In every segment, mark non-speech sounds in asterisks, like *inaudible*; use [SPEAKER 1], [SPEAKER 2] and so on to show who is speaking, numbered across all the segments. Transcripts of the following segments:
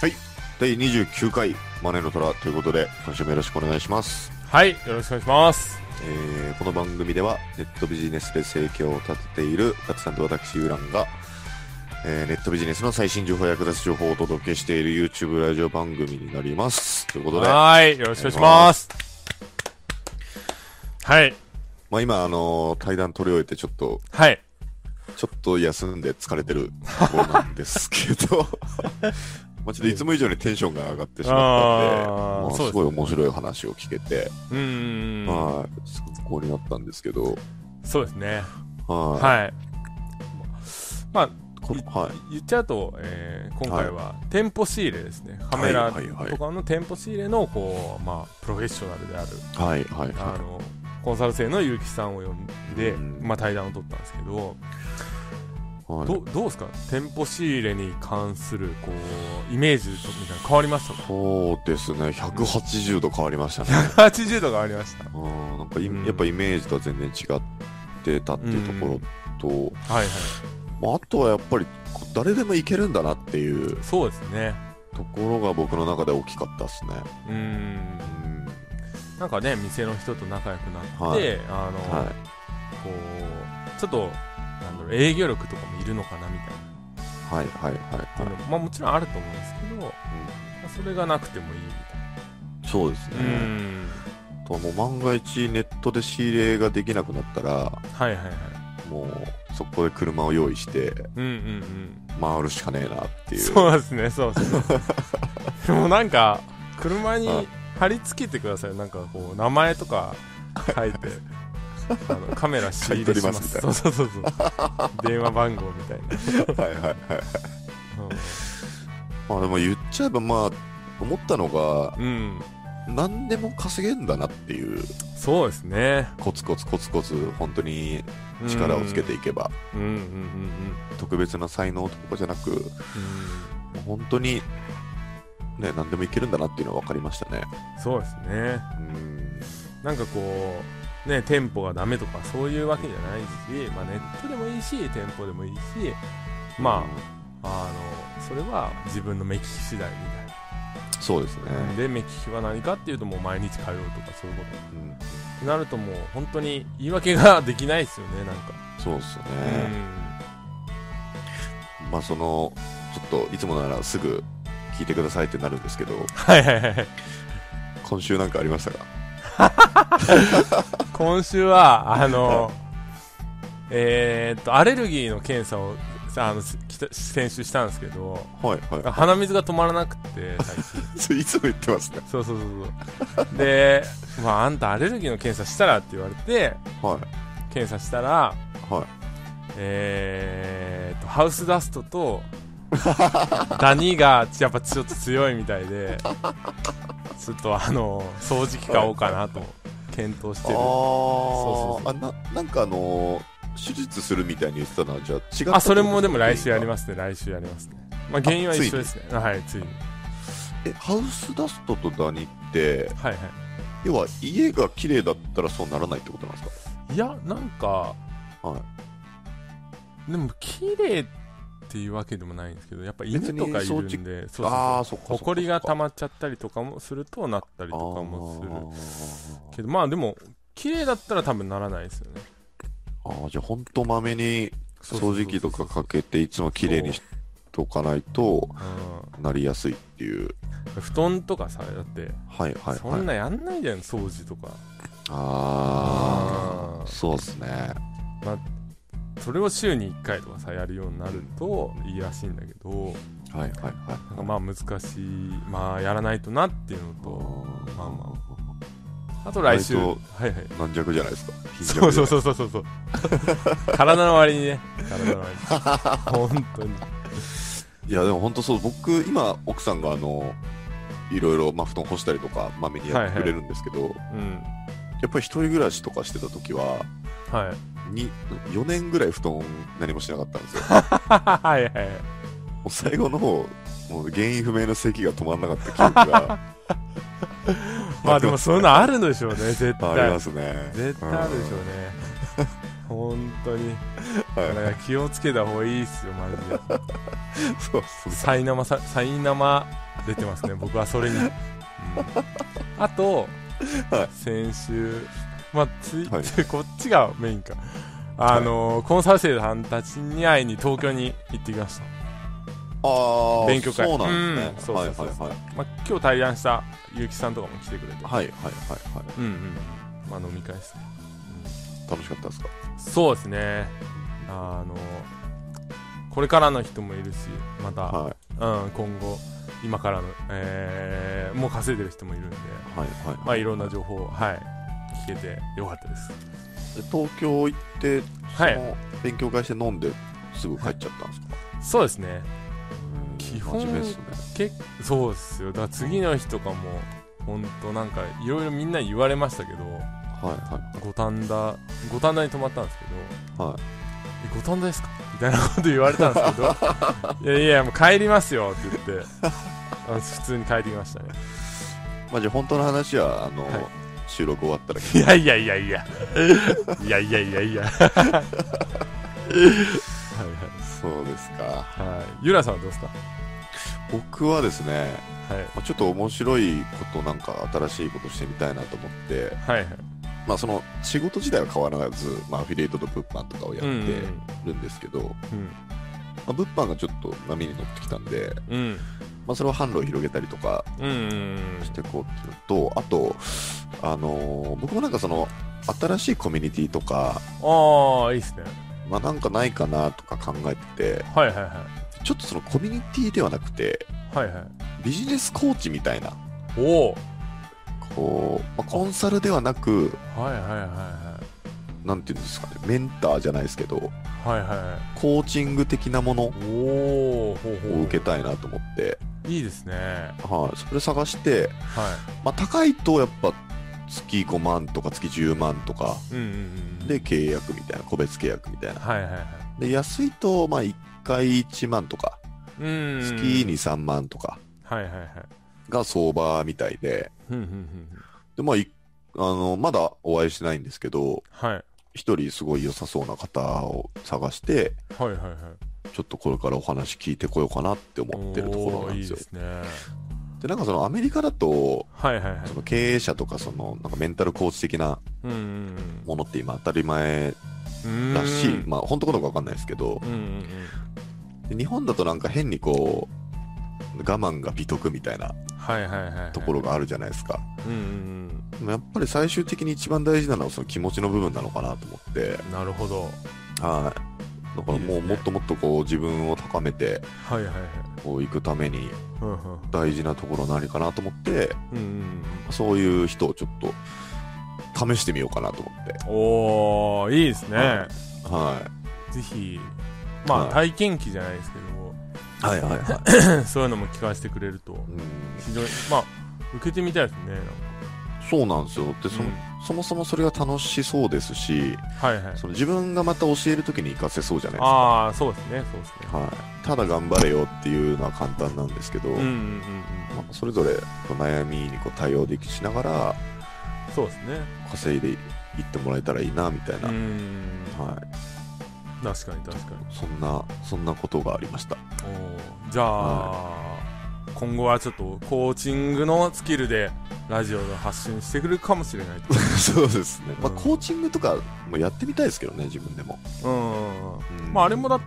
[SPEAKER 1] はい第29回マネーの虎ということで今週もよろしくお願いします
[SPEAKER 2] はい、よろしくお願いします。
[SPEAKER 1] えーこの番組ではネットビジネスで生計を立てているガツさんと私ユランが、えーネットビジネスの最新情報や役立つ情報をお届けしている YouTube ラジオ番組になりますということで
[SPEAKER 2] はい、よろしくお願いします。はい、
[SPEAKER 1] まあ今あのー対談取り終えてちょっと
[SPEAKER 2] はい。
[SPEAKER 1] ちょっと休んで疲れてるところなんですけど *laughs* まあちょっといつも以上にテンションが上がってしまったんで
[SPEAKER 2] あー
[SPEAKER 1] まあす
[SPEAKER 2] そうです
[SPEAKER 1] ごい面白い話を聞けて、
[SPEAKER 2] うーん。
[SPEAKER 1] はい参考になったんですけど
[SPEAKER 2] そうですね。
[SPEAKER 1] はい、
[SPEAKER 2] はい。まあ、
[SPEAKER 1] こはい
[SPEAKER 2] 言っちゃうと、えー今回は店舗仕入れですね。カメラ
[SPEAKER 1] はいはいはい
[SPEAKER 2] とかの店舗仕入れの、こう、まあ、プロフェッショナルである、
[SPEAKER 1] はいはいはい
[SPEAKER 2] あの、コンサル生の結城さんを呼んで、
[SPEAKER 1] うん
[SPEAKER 2] まあ、対談を取ったんですけど、
[SPEAKER 1] はい
[SPEAKER 2] どどうですか店舗仕入れに関するこうイメージとみたいなの変わりましたか
[SPEAKER 1] そうですね180度変わりましたね
[SPEAKER 2] *laughs*
[SPEAKER 1] *laughs*
[SPEAKER 2] 80度がありました
[SPEAKER 1] うんなんかい
[SPEAKER 2] うん
[SPEAKER 1] やっぱイメージとは全然違ってたっていうところと、
[SPEAKER 2] はいはい
[SPEAKER 1] まあ、あとはやっぱりこう誰でもいけるんだなっていう
[SPEAKER 2] そうですね
[SPEAKER 1] ところが僕の中で大きかったですね、
[SPEAKER 2] うー
[SPEAKER 1] う
[SPEAKER 2] ん
[SPEAKER 1] ん
[SPEAKER 2] なんかね店の人と仲良くなって、
[SPEAKER 1] はい
[SPEAKER 2] あの、
[SPEAKER 1] はい
[SPEAKER 2] こうちょっとなんだろう営業力とかもいるのかなみたいな
[SPEAKER 1] はいはいはい
[SPEAKER 2] っていうのも、まあもちろんあると思うんですけど、まあそれがなくてもいいみ
[SPEAKER 1] そうです
[SPEAKER 2] たいな
[SPEAKER 1] ね、
[SPEAKER 2] ん
[SPEAKER 1] あとはもう万が一ネットで仕入れができなくなったら
[SPEAKER 2] はいはいはい
[SPEAKER 1] もうそこで車を用意して
[SPEAKER 2] うんうんうん
[SPEAKER 1] 回るしかねえなっていう
[SPEAKER 2] そうですねそうですねで
[SPEAKER 1] *laughs*
[SPEAKER 2] もなんか車に
[SPEAKER 1] はい
[SPEAKER 2] 貼り付けてくださいなんかこう名前とか
[SPEAKER 1] *laughs*
[SPEAKER 2] 書いてあのカメラ仕入れします
[SPEAKER 1] 買い取りま
[SPEAKER 2] そうそうそうそう電話番号みたいな、
[SPEAKER 1] はいはいはい
[SPEAKER 2] うん
[SPEAKER 1] まあでも言っちゃえばまあ思ったのが
[SPEAKER 2] うん、
[SPEAKER 1] 何でも稼げんだなっていう
[SPEAKER 2] そうですね
[SPEAKER 1] コツコツコツコツ本当に力をつけていけば、
[SPEAKER 2] うんうんうん
[SPEAKER 1] 特別な才能とかじゃなく
[SPEAKER 2] うん
[SPEAKER 1] 本当にね何でもいけるんだなっていうのは分かりましたね
[SPEAKER 2] うんそうですね
[SPEAKER 1] うん
[SPEAKER 2] なんかこうね店舗がダメとかそういうわけじゃないし、まあ、ネットでもいいし店舗でもいいしまああのそれは自分の目利き次第みたいな
[SPEAKER 1] そうですね、
[SPEAKER 2] で目利きは何かっていうともう毎日通うとかそういうこ
[SPEAKER 1] うん、
[SPEAKER 2] とってなるともう本当に言い訳ができないですよねなんか、
[SPEAKER 1] そうですね、まあそのちょっといつもならすぐ聞いてくださいってなるんですけど
[SPEAKER 2] はいはいはいはい
[SPEAKER 1] 今週なんかありましたか
[SPEAKER 2] 今週はあのえーっとアレルギーの検査をさあのしきた先週したんですけど
[SPEAKER 1] はいは
[SPEAKER 2] 鼻水が止まらなくて最
[SPEAKER 1] *laughs* い *laughs* それ
[SPEAKER 2] 近
[SPEAKER 1] いつも言ってますね
[SPEAKER 2] そうそうそうそうで、まあ、あんたアレルギーの検査したらって言われて
[SPEAKER 1] は
[SPEAKER 2] 検査したら
[SPEAKER 1] いはい
[SPEAKER 2] えー、とハウスダストとダニがやっぱちょっと強いみたいでちょっとあの掃除機買おうかなと検討し
[SPEAKER 1] あ
[SPEAKER 2] てるそうそうそう
[SPEAKER 1] あななんかあのー手術するみたいに言ってたのはじゃあ違ったってこと
[SPEAKER 2] あそれもでも来週やり
[SPEAKER 1] す
[SPEAKER 2] ますね来週やりますねまあ原因は一緒ですねあはいついに
[SPEAKER 1] えハウスダストとダニって
[SPEAKER 2] はいは
[SPEAKER 1] 要は家が綺麗だったらそうならないってことなんです
[SPEAKER 2] いいやなんか
[SPEAKER 1] かはい
[SPEAKER 2] でも綺麗っていうわけでもないんですけどやっぱ犬とかいるんでそうそう
[SPEAKER 1] ああそっかそっか
[SPEAKER 2] ほこりが溜
[SPEAKER 1] ま
[SPEAKER 2] まっちゃったりとかもするとなったりとかもする
[SPEAKER 1] す
[SPEAKER 2] けどまあでも綺麗だったら多分ならないですよね
[SPEAKER 1] あーあーじゃあほんとまめに掃除機とかかけていつも綺麗にしとかないと
[SPEAKER 2] う、
[SPEAKER 1] なりやすいっていうん
[SPEAKER 2] 布団とかさだって、
[SPEAKER 1] はいはい
[SPEAKER 2] そん
[SPEAKER 1] はい
[SPEAKER 2] なやんないじゃん掃除とか
[SPEAKER 1] あ
[SPEAKER 2] う
[SPEAKER 1] あ
[SPEAKER 2] ん
[SPEAKER 1] そうっすね
[SPEAKER 2] それを週に1回とかさやるようになるといいらしいんだけど
[SPEAKER 1] はいはいはい
[SPEAKER 2] なんかまあ難しいまあやらないとなっていうのとまあまあと来週
[SPEAKER 1] 割
[SPEAKER 2] は
[SPEAKER 1] と
[SPEAKER 2] いはい
[SPEAKER 1] 軟弱じゃないですか貧
[SPEAKER 2] そう
[SPEAKER 1] 弱じ
[SPEAKER 2] そ
[SPEAKER 1] ゃない
[SPEAKER 2] うそうそうそうそう体の割にね体
[SPEAKER 1] *laughs*
[SPEAKER 2] の割に本当に
[SPEAKER 1] いやでも本当そう僕今奥さんがあのいろいろ、まあ、布団干したりとかまめにやってくれるんですけど、
[SPEAKER 2] うん
[SPEAKER 1] やっぱり一人暮らしとかしてた時は
[SPEAKER 2] はい
[SPEAKER 1] に4年ぐらい布団何もしなかったん
[SPEAKER 2] *laughs*
[SPEAKER 1] ですよ。
[SPEAKER 2] はいはいはい。
[SPEAKER 1] もう最後の方、もう原因不明の咳が止まらなかった記憶が
[SPEAKER 2] *laughs* まあでもそういうのあるんでしょう
[SPEAKER 1] *laughs*
[SPEAKER 2] ね、絶
[SPEAKER 1] あり
[SPEAKER 2] 対
[SPEAKER 1] ま。すね。
[SPEAKER 2] 絶対あるでしょうね。本当に。
[SPEAKER 1] うん
[SPEAKER 2] だか
[SPEAKER 1] *laughs* は
[SPEAKER 2] ら気をつけた方がいいっすよ、マジで。
[SPEAKER 1] い。そうそう。
[SPEAKER 2] さいなまさ、さいなま出
[SPEAKER 1] *laughs*
[SPEAKER 2] てますね、僕はそれに。うんあと、
[SPEAKER 1] は
[SPEAKER 2] 先週、まあ、つい
[SPEAKER 1] はい
[SPEAKER 2] て、 *laughs* こっちがメインか。あのーコンサル生さんたちに会いに東京に行ってきました。
[SPEAKER 1] ああ、
[SPEAKER 2] 勉強会
[SPEAKER 1] そうなんですね。
[SPEAKER 2] うん
[SPEAKER 1] はい
[SPEAKER 2] そう
[SPEAKER 1] は
[SPEAKER 2] そう
[SPEAKER 1] い
[SPEAKER 2] そう
[SPEAKER 1] はい。
[SPEAKER 2] まあ、今日対談した結城さんとかも来てくれて。
[SPEAKER 1] はいはいはいは
[SPEAKER 2] うんうん。まあ、飲み会ですね。
[SPEAKER 1] い。楽しかったですか
[SPEAKER 2] そうですね。あの、これからの人もいるし、また、
[SPEAKER 1] はい
[SPEAKER 2] うん、今後、今からの、えーもう稼いでる人もいるんで、
[SPEAKER 1] はいはい。
[SPEAKER 2] まあ、いろんな情報を、はい、聞けてよかったです。
[SPEAKER 1] で東京行って、
[SPEAKER 2] はい
[SPEAKER 1] その勉強会して飲んですぐ帰っちゃったんですか、
[SPEAKER 2] そうですね。
[SPEAKER 1] うん
[SPEAKER 2] 基本
[SPEAKER 1] 真面目っすね
[SPEAKER 2] けそうですよ。だから次の日とかも、ほんとなんか、いろいろみんなに言われましたけど、
[SPEAKER 1] は
[SPEAKER 2] 五反田、五反田に泊まったんですけど、
[SPEAKER 1] いはいはい
[SPEAKER 2] え五反田ですかみたいなこと言われたんですけ *laughs* どいやいやもう帰りますよって言ってあの普通に帰ってきましたね
[SPEAKER 1] まあじゃあ本当の話はあの、
[SPEAKER 2] はい
[SPEAKER 1] 収録終わったら聞
[SPEAKER 2] いやいやいやいやいやいやいやい *laughs* やはい
[SPEAKER 1] くそうですか
[SPEAKER 2] はいはいゆらさんはどうですか
[SPEAKER 1] 僕はですね、
[SPEAKER 2] はい
[SPEAKER 1] まあ、ちょっと面白いことなんか新しいことしてみたいなと思って
[SPEAKER 2] はいはい
[SPEAKER 1] まあその仕事自体は変わらず、まあ、アフィリエイトと物販とかをやっ
[SPEAKER 2] うんうん
[SPEAKER 1] てるんですけど、まあ、物販がちょっと波に乗ってきたんで、
[SPEAKER 2] うん
[SPEAKER 1] まあ、それを販路を広げたりとか
[SPEAKER 2] うんうんうん
[SPEAKER 1] していこうっていうのとあと、あのー僕もなんかその新しいコミュニティとか、
[SPEAKER 2] ああいいっすね
[SPEAKER 1] まあ、なんかないかなとか考えてて
[SPEAKER 2] はいはいは
[SPEAKER 1] ちょっとそのコミュニティではなくて
[SPEAKER 2] いはいはい
[SPEAKER 1] ビジネスコーチみたいな
[SPEAKER 2] おお
[SPEAKER 1] こう、まあ、コンサルではなく
[SPEAKER 2] はいはいは
[SPEAKER 1] なんていうんですかねメンターじゃないですけど
[SPEAKER 2] いはいはいは
[SPEAKER 1] コーチング的なものを
[SPEAKER 2] いおおほうほう
[SPEAKER 1] 受けたいなと思って、
[SPEAKER 2] いいですねは
[SPEAKER 1] はい、それ探して、まあ、高いとやっぱ月5万とか月10万とか
[SPEAKER 2] いうんうんうん
[SPEAKER 1] で契約みたいな個別契約みたいな
[SPEAKER 2] はいはいはい
[SPEAKER 1] で安いと、まあ、1回1万とか、
[SPEAKER 2] うん
[SPEAKER 1] 月に3万とか
[SPEAKER 2] はいはいはい
[SPEAKER 1] が相場みたいで、
[SPEAKER 2] うんうんうん
[SPEAKER 1] でまあ、いあのまだお会いしてないんですけど、
[SPEAKER 2] はい
[SPEAKER 1] 一人すごい良さそうな方を探して、
[SPEAKER 2] はいはいはい
[SPEAKER 1] ちょっとこれからお話聞いてこようかなって思ってるところなんですよ。
[SPEAKER 2] おーいいですね
[SPEAKER 1] で、なんかそのアメリカだと、
[SPEAKER 2] はいはいはい
[SPEAKER 1] その経営者とかそのなんかメンタルコーチ的な
[SPEAKER 2] うんうん
[SPEAKER 1] ものって今当たり前
[SPEAKER 2] うん
[SPEAKER 1] だし、
[SPEAKER 2] うん
[SPEAKER 1] まあ本当かどうかわかんないですけど
[SPEAKER 2] うんうん
[SPEAKER 1] で日本だとなんか変にこう我慢が美徳みたいな
[SPEAKER 2] うんはいはいはい
[SPEAKER 1] ところがあるじゃないですか、
[SPEAKER 2] うんうん
[SPEAKER 1] でもやっぱり最終的に一番大事なのはその気持ちの部分なのかなと思って
[SPEAKER 2] うんなるほど
[SPEAKER 1] はいだからも
[SPEAKER 2] いいうですね
[SPEAKER 1] もっともっとこう自分を高めて
[SPEAKER 2] はいはいはい
[SPEAKER 1] こう行くために
[SPEAKER 2] うんうん
[SPEAKER 1] 大事なところ何かなと思って
[SPEAKER 2] うんうん
[SPEAKER 1] そういう人をちょっと試してみようかなと思って
[SPEAKER 2] うんおおいいですね、
[SPEAKER 1] はは
[SPEAKER 2] ぜひまあ、
[SPEAKER 1] はい
[SPEAKER 2] 体験記じゃないですけ
[SPEAKER 1] い、はいはいはい
[SPEAKER 2] ど *laughs* そういうのも聞かせてくれると
[SPEAKER 1] うん
[SPEAKER 2] 非常にまあ受けてみたいですねなんか
[SPEAKER 1] そうなんですよでそ,、
[SPEAKER 2] うん
[SPEAKER 1] そもそもそれが楽しそうですし
[SPEAKER 2] はいはい
[SPEAKER 1] その自分がまた教える時に活かせそうじゃないですか
[SPEAKER 2] ああそうですねそうですね
[SPEAKER 1] はい、ただ頑張れよっていうのは簡単なんですけど、
[SPEAKER 2] うんうんうんうん
[SPEAKER 1] まあ、それぞれの悩みにこう対応できしながら
[SPEAKER 2] そうですね
[SPEAKER 1] 稼いでいってもらえたらいいなみたいな、
[SPEAKER 2] うん
[SPEAKER 1] はい、
[SPEAKER 2] 確かに確かに
[SPEAKER 1] そんなそんなことがありま
[SPEAKER 2] *laughs*
[SPEAKER 1] した
[SPEAKER 2] おーじゃあ、今後はちょっとコーチングのスキルでラジオの発信してくるかもしれないと
[SPEAKER 1] そうですね、まあ、
[SPEAKER 2] うん
[SPEAKER 1] コーチングとかもやってみたいですけどね自分でも、
[SPEAKER 2] うんまああれもだって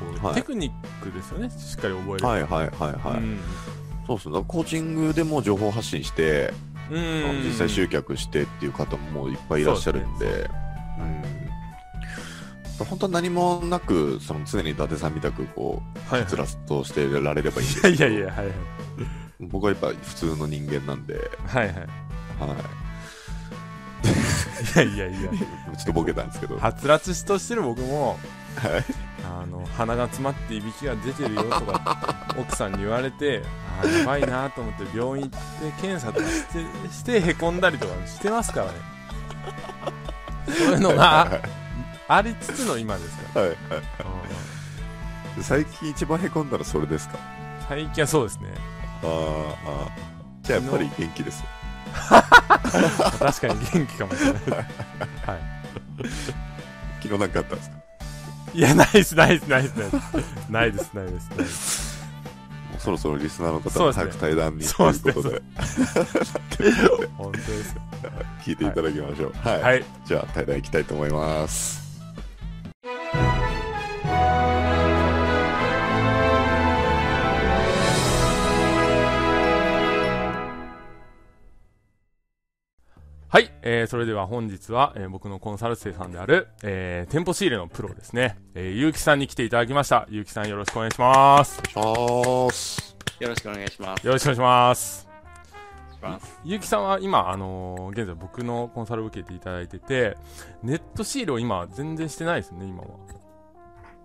[SPEAKER 2] こう、
[SPEAKER 1] はい
[SPEAKER 2] テクニックですよねしっかり覚える
[SPEAKER 1] はいはいはいはい、
[SPEAKER 2] うん
[SPEAKER 1] そうですねだからコーチングでも情報発信して、あの
[SPEAKER 2] うん
[SPEAKER 1] 実際集客してっていう方ももういっぱいいらっしゃるんで
[SPEAKER 2] そうです
[SPEAKER 1] うん本当は何もなくその常に伊達さんみたくこう
[SPEAKER 2] はい
[SPEAKER 1] つら
[SPEAKER 2] は
[SPEAKER 1] っとしてられればいいんです
[SPEAKER 2] いいやいやいやはいはい
[SPEAKER 1] 僕はやっぱ普通の人間なんで、
[SPEAKER 2] はいはい
[SPEAKER 1] はい
[SPEAKER 2] やいやいや
[SPEAKER 1] い、ちょっとボケたんですけど、
[SPEAKER 2] はつらつしとしてる僕も
[SPEAKER 1] はい
[SPEAKER 2] あの鼻が詰まっていびきが出てるよとかって奥さんに言われてあーやばいなと思って病院行って検査とかしてしてへこんだりとかしてますからねそういうのがありつつの今ですか
[SPEAKER 1] はいはい
[SPEAKER 2] ら、うん
[SPEAKER 1] 最近一番へこんだらそれですか
[SPEAKER 2] 最近はそうですね
[SPEAKER 1] あーあーじゃあやっぱり元気です
[SPEAKER 2] 確かに元気かもしれないは
[SPEAKER 1] 昨日なんかあったんですかも
[SPEAKER 2] いいやないですないですないですないですないですないです
[SPEAKER 1] うそろそろリスナーの方
[SPEAKER 2] そ
[SPEAKER 1] も
[SPEAKER 2] うですね
[SPEAKER 1] 早く対談に
[SPEAKER 2] そ
[SPEAKER 1] と
[SPEAKER 2] う
[SPEAKER 1] い
[SPEAKER 2] です
[SPEAKER 1] う
[SPEAKER 2] ね
[SPEAKER 1] ことで
[SPEAKER 2] 本当ですよ
[SPEAKER 1] 聞いていただきましょうはい、
[SPEAKER 2] はい
[SPEAKER 1] じゃあ対談いきたいと思います
[SPEAKER 2] はい、えーそれでは本日は、えー僕のコンサル生さんである、えー店舗仕入れのプロですね、えー、ゆうきさんに来ていただきましたゆうきさんよろしくお願いします
[SPEAKER 1] あーす
[SPEAKER 3] よろしくお願いします。
[SPEAKER 2] よろしくお願いします
[SPEAKER 3] します
[SPEAKER 2] ゆうきさんは今、あのー現在僕のコンサルを受けていただいててネットシールを今全然してないですね今は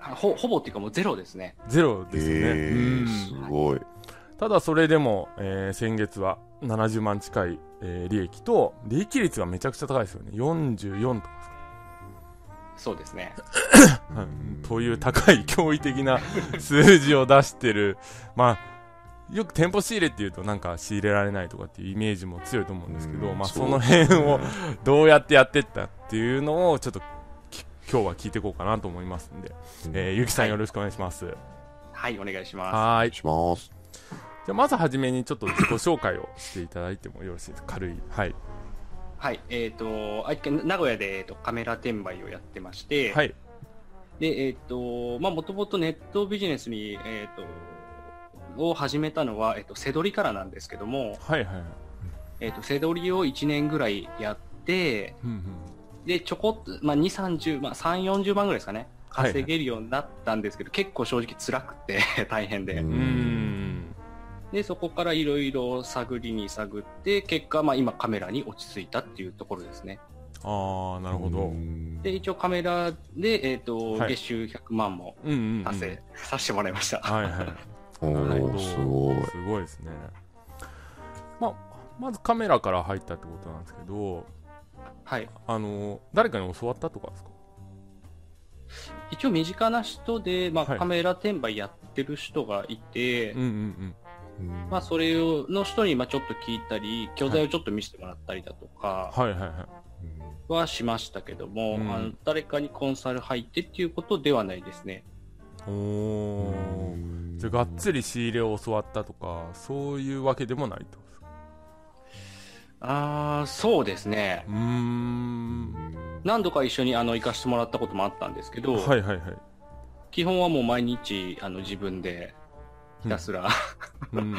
[SPEAKER 3] あほほぼっていうかもうゼロですね。
[SPEAKER 2] ゼロですよね、
[SPEAKER 1] え
[SPEAKER 2] うん
[SPEAKER 1] ー、すごい
[SPEAKER 2] ただそれでも、えー先月は70万近い、えー利益と利益率がめちゃくちゃ高いですよね44とか、
[SPEAKER 3] そうですね。
[SPEAKER 2] うんという高い驚異的な数字を出してるまあよく店舗仕入れっていうとなんか仕入れられないとかっていうイメージも強いと思うんですけど、
[SPEAKER 1] うん
[SPEAKER 2] まあ、
[SPEAKER 1] そ
[SPEAKER 2] そうの辺をどうやってやってったっていうのをちょっとき今日は聞いていこうかなと思いますんで、えーゆきさんよろしくお願いします、
[SPEAKER 3] はい、お願いしま
[SPEAKER 2] はーい
[SPEAKER 1] します
[SPEAKER 2] じゃあまずはじめにちょっと自己紹介をしていただいてもよろしいですか軽いはい
[SPEAKER 3] す。はい、えっ、と、愛知県名古屋で、えー、とカメラ転売をやってまして、
[SPEAKER 2] はい
[SPEAKER 3] で、えっ、と、まあ、もともとネットビジネスに、えっ、と、を始めたのは、えっ、と、せどりからなんですけども、
[SPEAKER 2] はいはいはい。
[SPEAKER 3] えっ、と、せどりを1年ぐらいやって、
[SPEAKER 2] うんうん。
[SPEAKER 3] で、ちょこっと、まあ、2、30、まあ、3、40万ぐらいですかね。
[SPEAKER 2] はいはい
[SPEAKER 3] 稼げるようになったんですけど、結構正直辛くて *laughs* 大変で。
[SPEAKER 1] うん
[SPEAKER 2] うーん。
[SPEAKER 3] で、そこからいろいろ探りに探って、結果、まあ今カメラに落ち着いたっていうところですね。
[SPEAKER 2] ああ、なるほど。
[SPEAKER 1] う
[SPEAKER 2] うん
[SPEAKER 1] ん
[SPEAKER 3] で、一応カメラで、えっ、と、
[SPEAKER 2] はい
[SPEAKER 3] 月収100万も
[SPEAKER 2] うんうん。
[SPEAKER 3] 達成させてもらいました。
[SPEAKER 2] はいはい。
[SPEAKER 1] お
[SPEAKER 2] なるほ
[SPEAKER 1] ー
[SPEAKER 2] ど
[SPEAKER 1] すごい
[SPEAKER 2] すごいですね。まあ、まずカメラから入ったってことなんですけど、
[SPEAKER 3] はい。
[SPEAKER 2] あの、誰かに教わったとかですか
[SPEAKER 3] 一応身近な人で、まあ
[SPEAKER 2] はい
[SPEAKER 3] カメラ転売やってる人がいて、
[SPEAKER 2] うんうんうん。
[SPEAKER 1] うん
[SPEAKER 3] まあそれを、の人にまあちょっと聞いたり、教材をちょっと見せてもらったりだとか
[SPEAKER 2] はいはいはい。
[SPEAKER 3] はしましたけども、
[SPEAKER 2] うん
[SPEAKER 3] あの誰かにコンサル入ってっていうことではないですね。
[SPEAKER 2] お
[SPEAKER 1] う
[SPEAKER 2] お。
[SPEAKER 1] ん
[SPEAKER 2] じゃあ、がっつり仕入れを教わったとか、そういうわけでもないってことですか
[SPEAKER 3] ああ、そうですね
[SPEAKER 2] う。ーん。
[SPEAKER 3] 何度か一緒にあの行かしてもらったこともあったんですけど、
[SPEAKER 2] はいはいはい。
[SPEAKER 3] 基本はもう毎日あの自分でひたすら、ま
[SPEAKER 2] うんうん。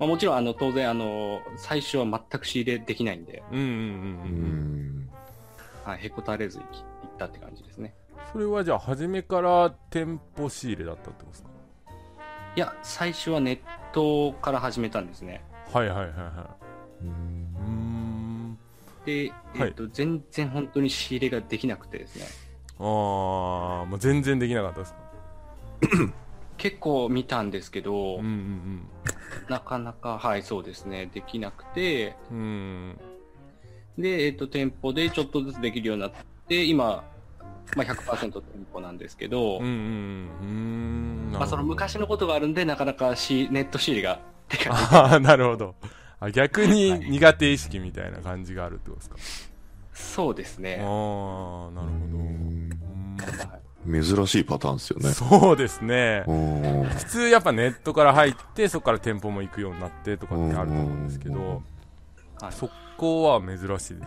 [SPEAKER 3] あもちろんあの当然あの最初は全く仕入れできないんで、
[SPEAKER 2] うんうんうん
[SPEAKER 1] う
[SPEAKER 2] うん。
[SPEAKER 1] ん
[SPEAKER 3] はい、へこたれず行き行ったって感じですね
[SPEAKER 2] それはじゃあ初めから店舗仕入れだったってことですか
[SPEAKER 3] いや最初はネットから始めたんですね
[SPEAKER 2] はいはいはいは
[SPEAKER 1] う
[SPEAKER 2] いうんーん
[SPEAKER 3] で、えっと全然本当に仕入れができなくてですね
[SPEAKER 2] あーもう全然できなかったですか
[SPEAKER 3] 結構見たんですけど、
[SPEAKER 2] うんうん
[SPEAKER 3] なかなかはいそうですねできなくて
[SPEAKER 2] うんうん
[SPEAKER 3] で、えっと店舗でちょっとずつできるようになって今、まあ、100%店舗なんですけど、
[SPEAKER 2] うんうんうんうーんなるほど
[SPEAKER 3] まあ、その昔のことがあるんで、なかなかしネット仕入れができない
[SPEAKER 2] ああ *laughs* なるほどあ逆に苦手意識みたいな感じがあるってことですか
[SPEAKER 3] そうです
[SPEAKER 2] ああ
[SPEAKER 3] ね。
[SPEAKER 2] ーなるほどう
[SPEAKER 1] 珍しいパターンですよ
[SPEAKER 2] ーん
[SPEAKER 1] ね
[SPEAKER 2] そうですね
[SPEAKER 1] うん
[SPEAKER 2] 普通やっぱネットから入ってそこから店舗も行くようになってとかってあると思うんですけ
[SPEAKER 1] うんうん
[SPEAKER 2] ど
[SPEAKER 3] はい
[SPEAKER 2] そこは珍しいですね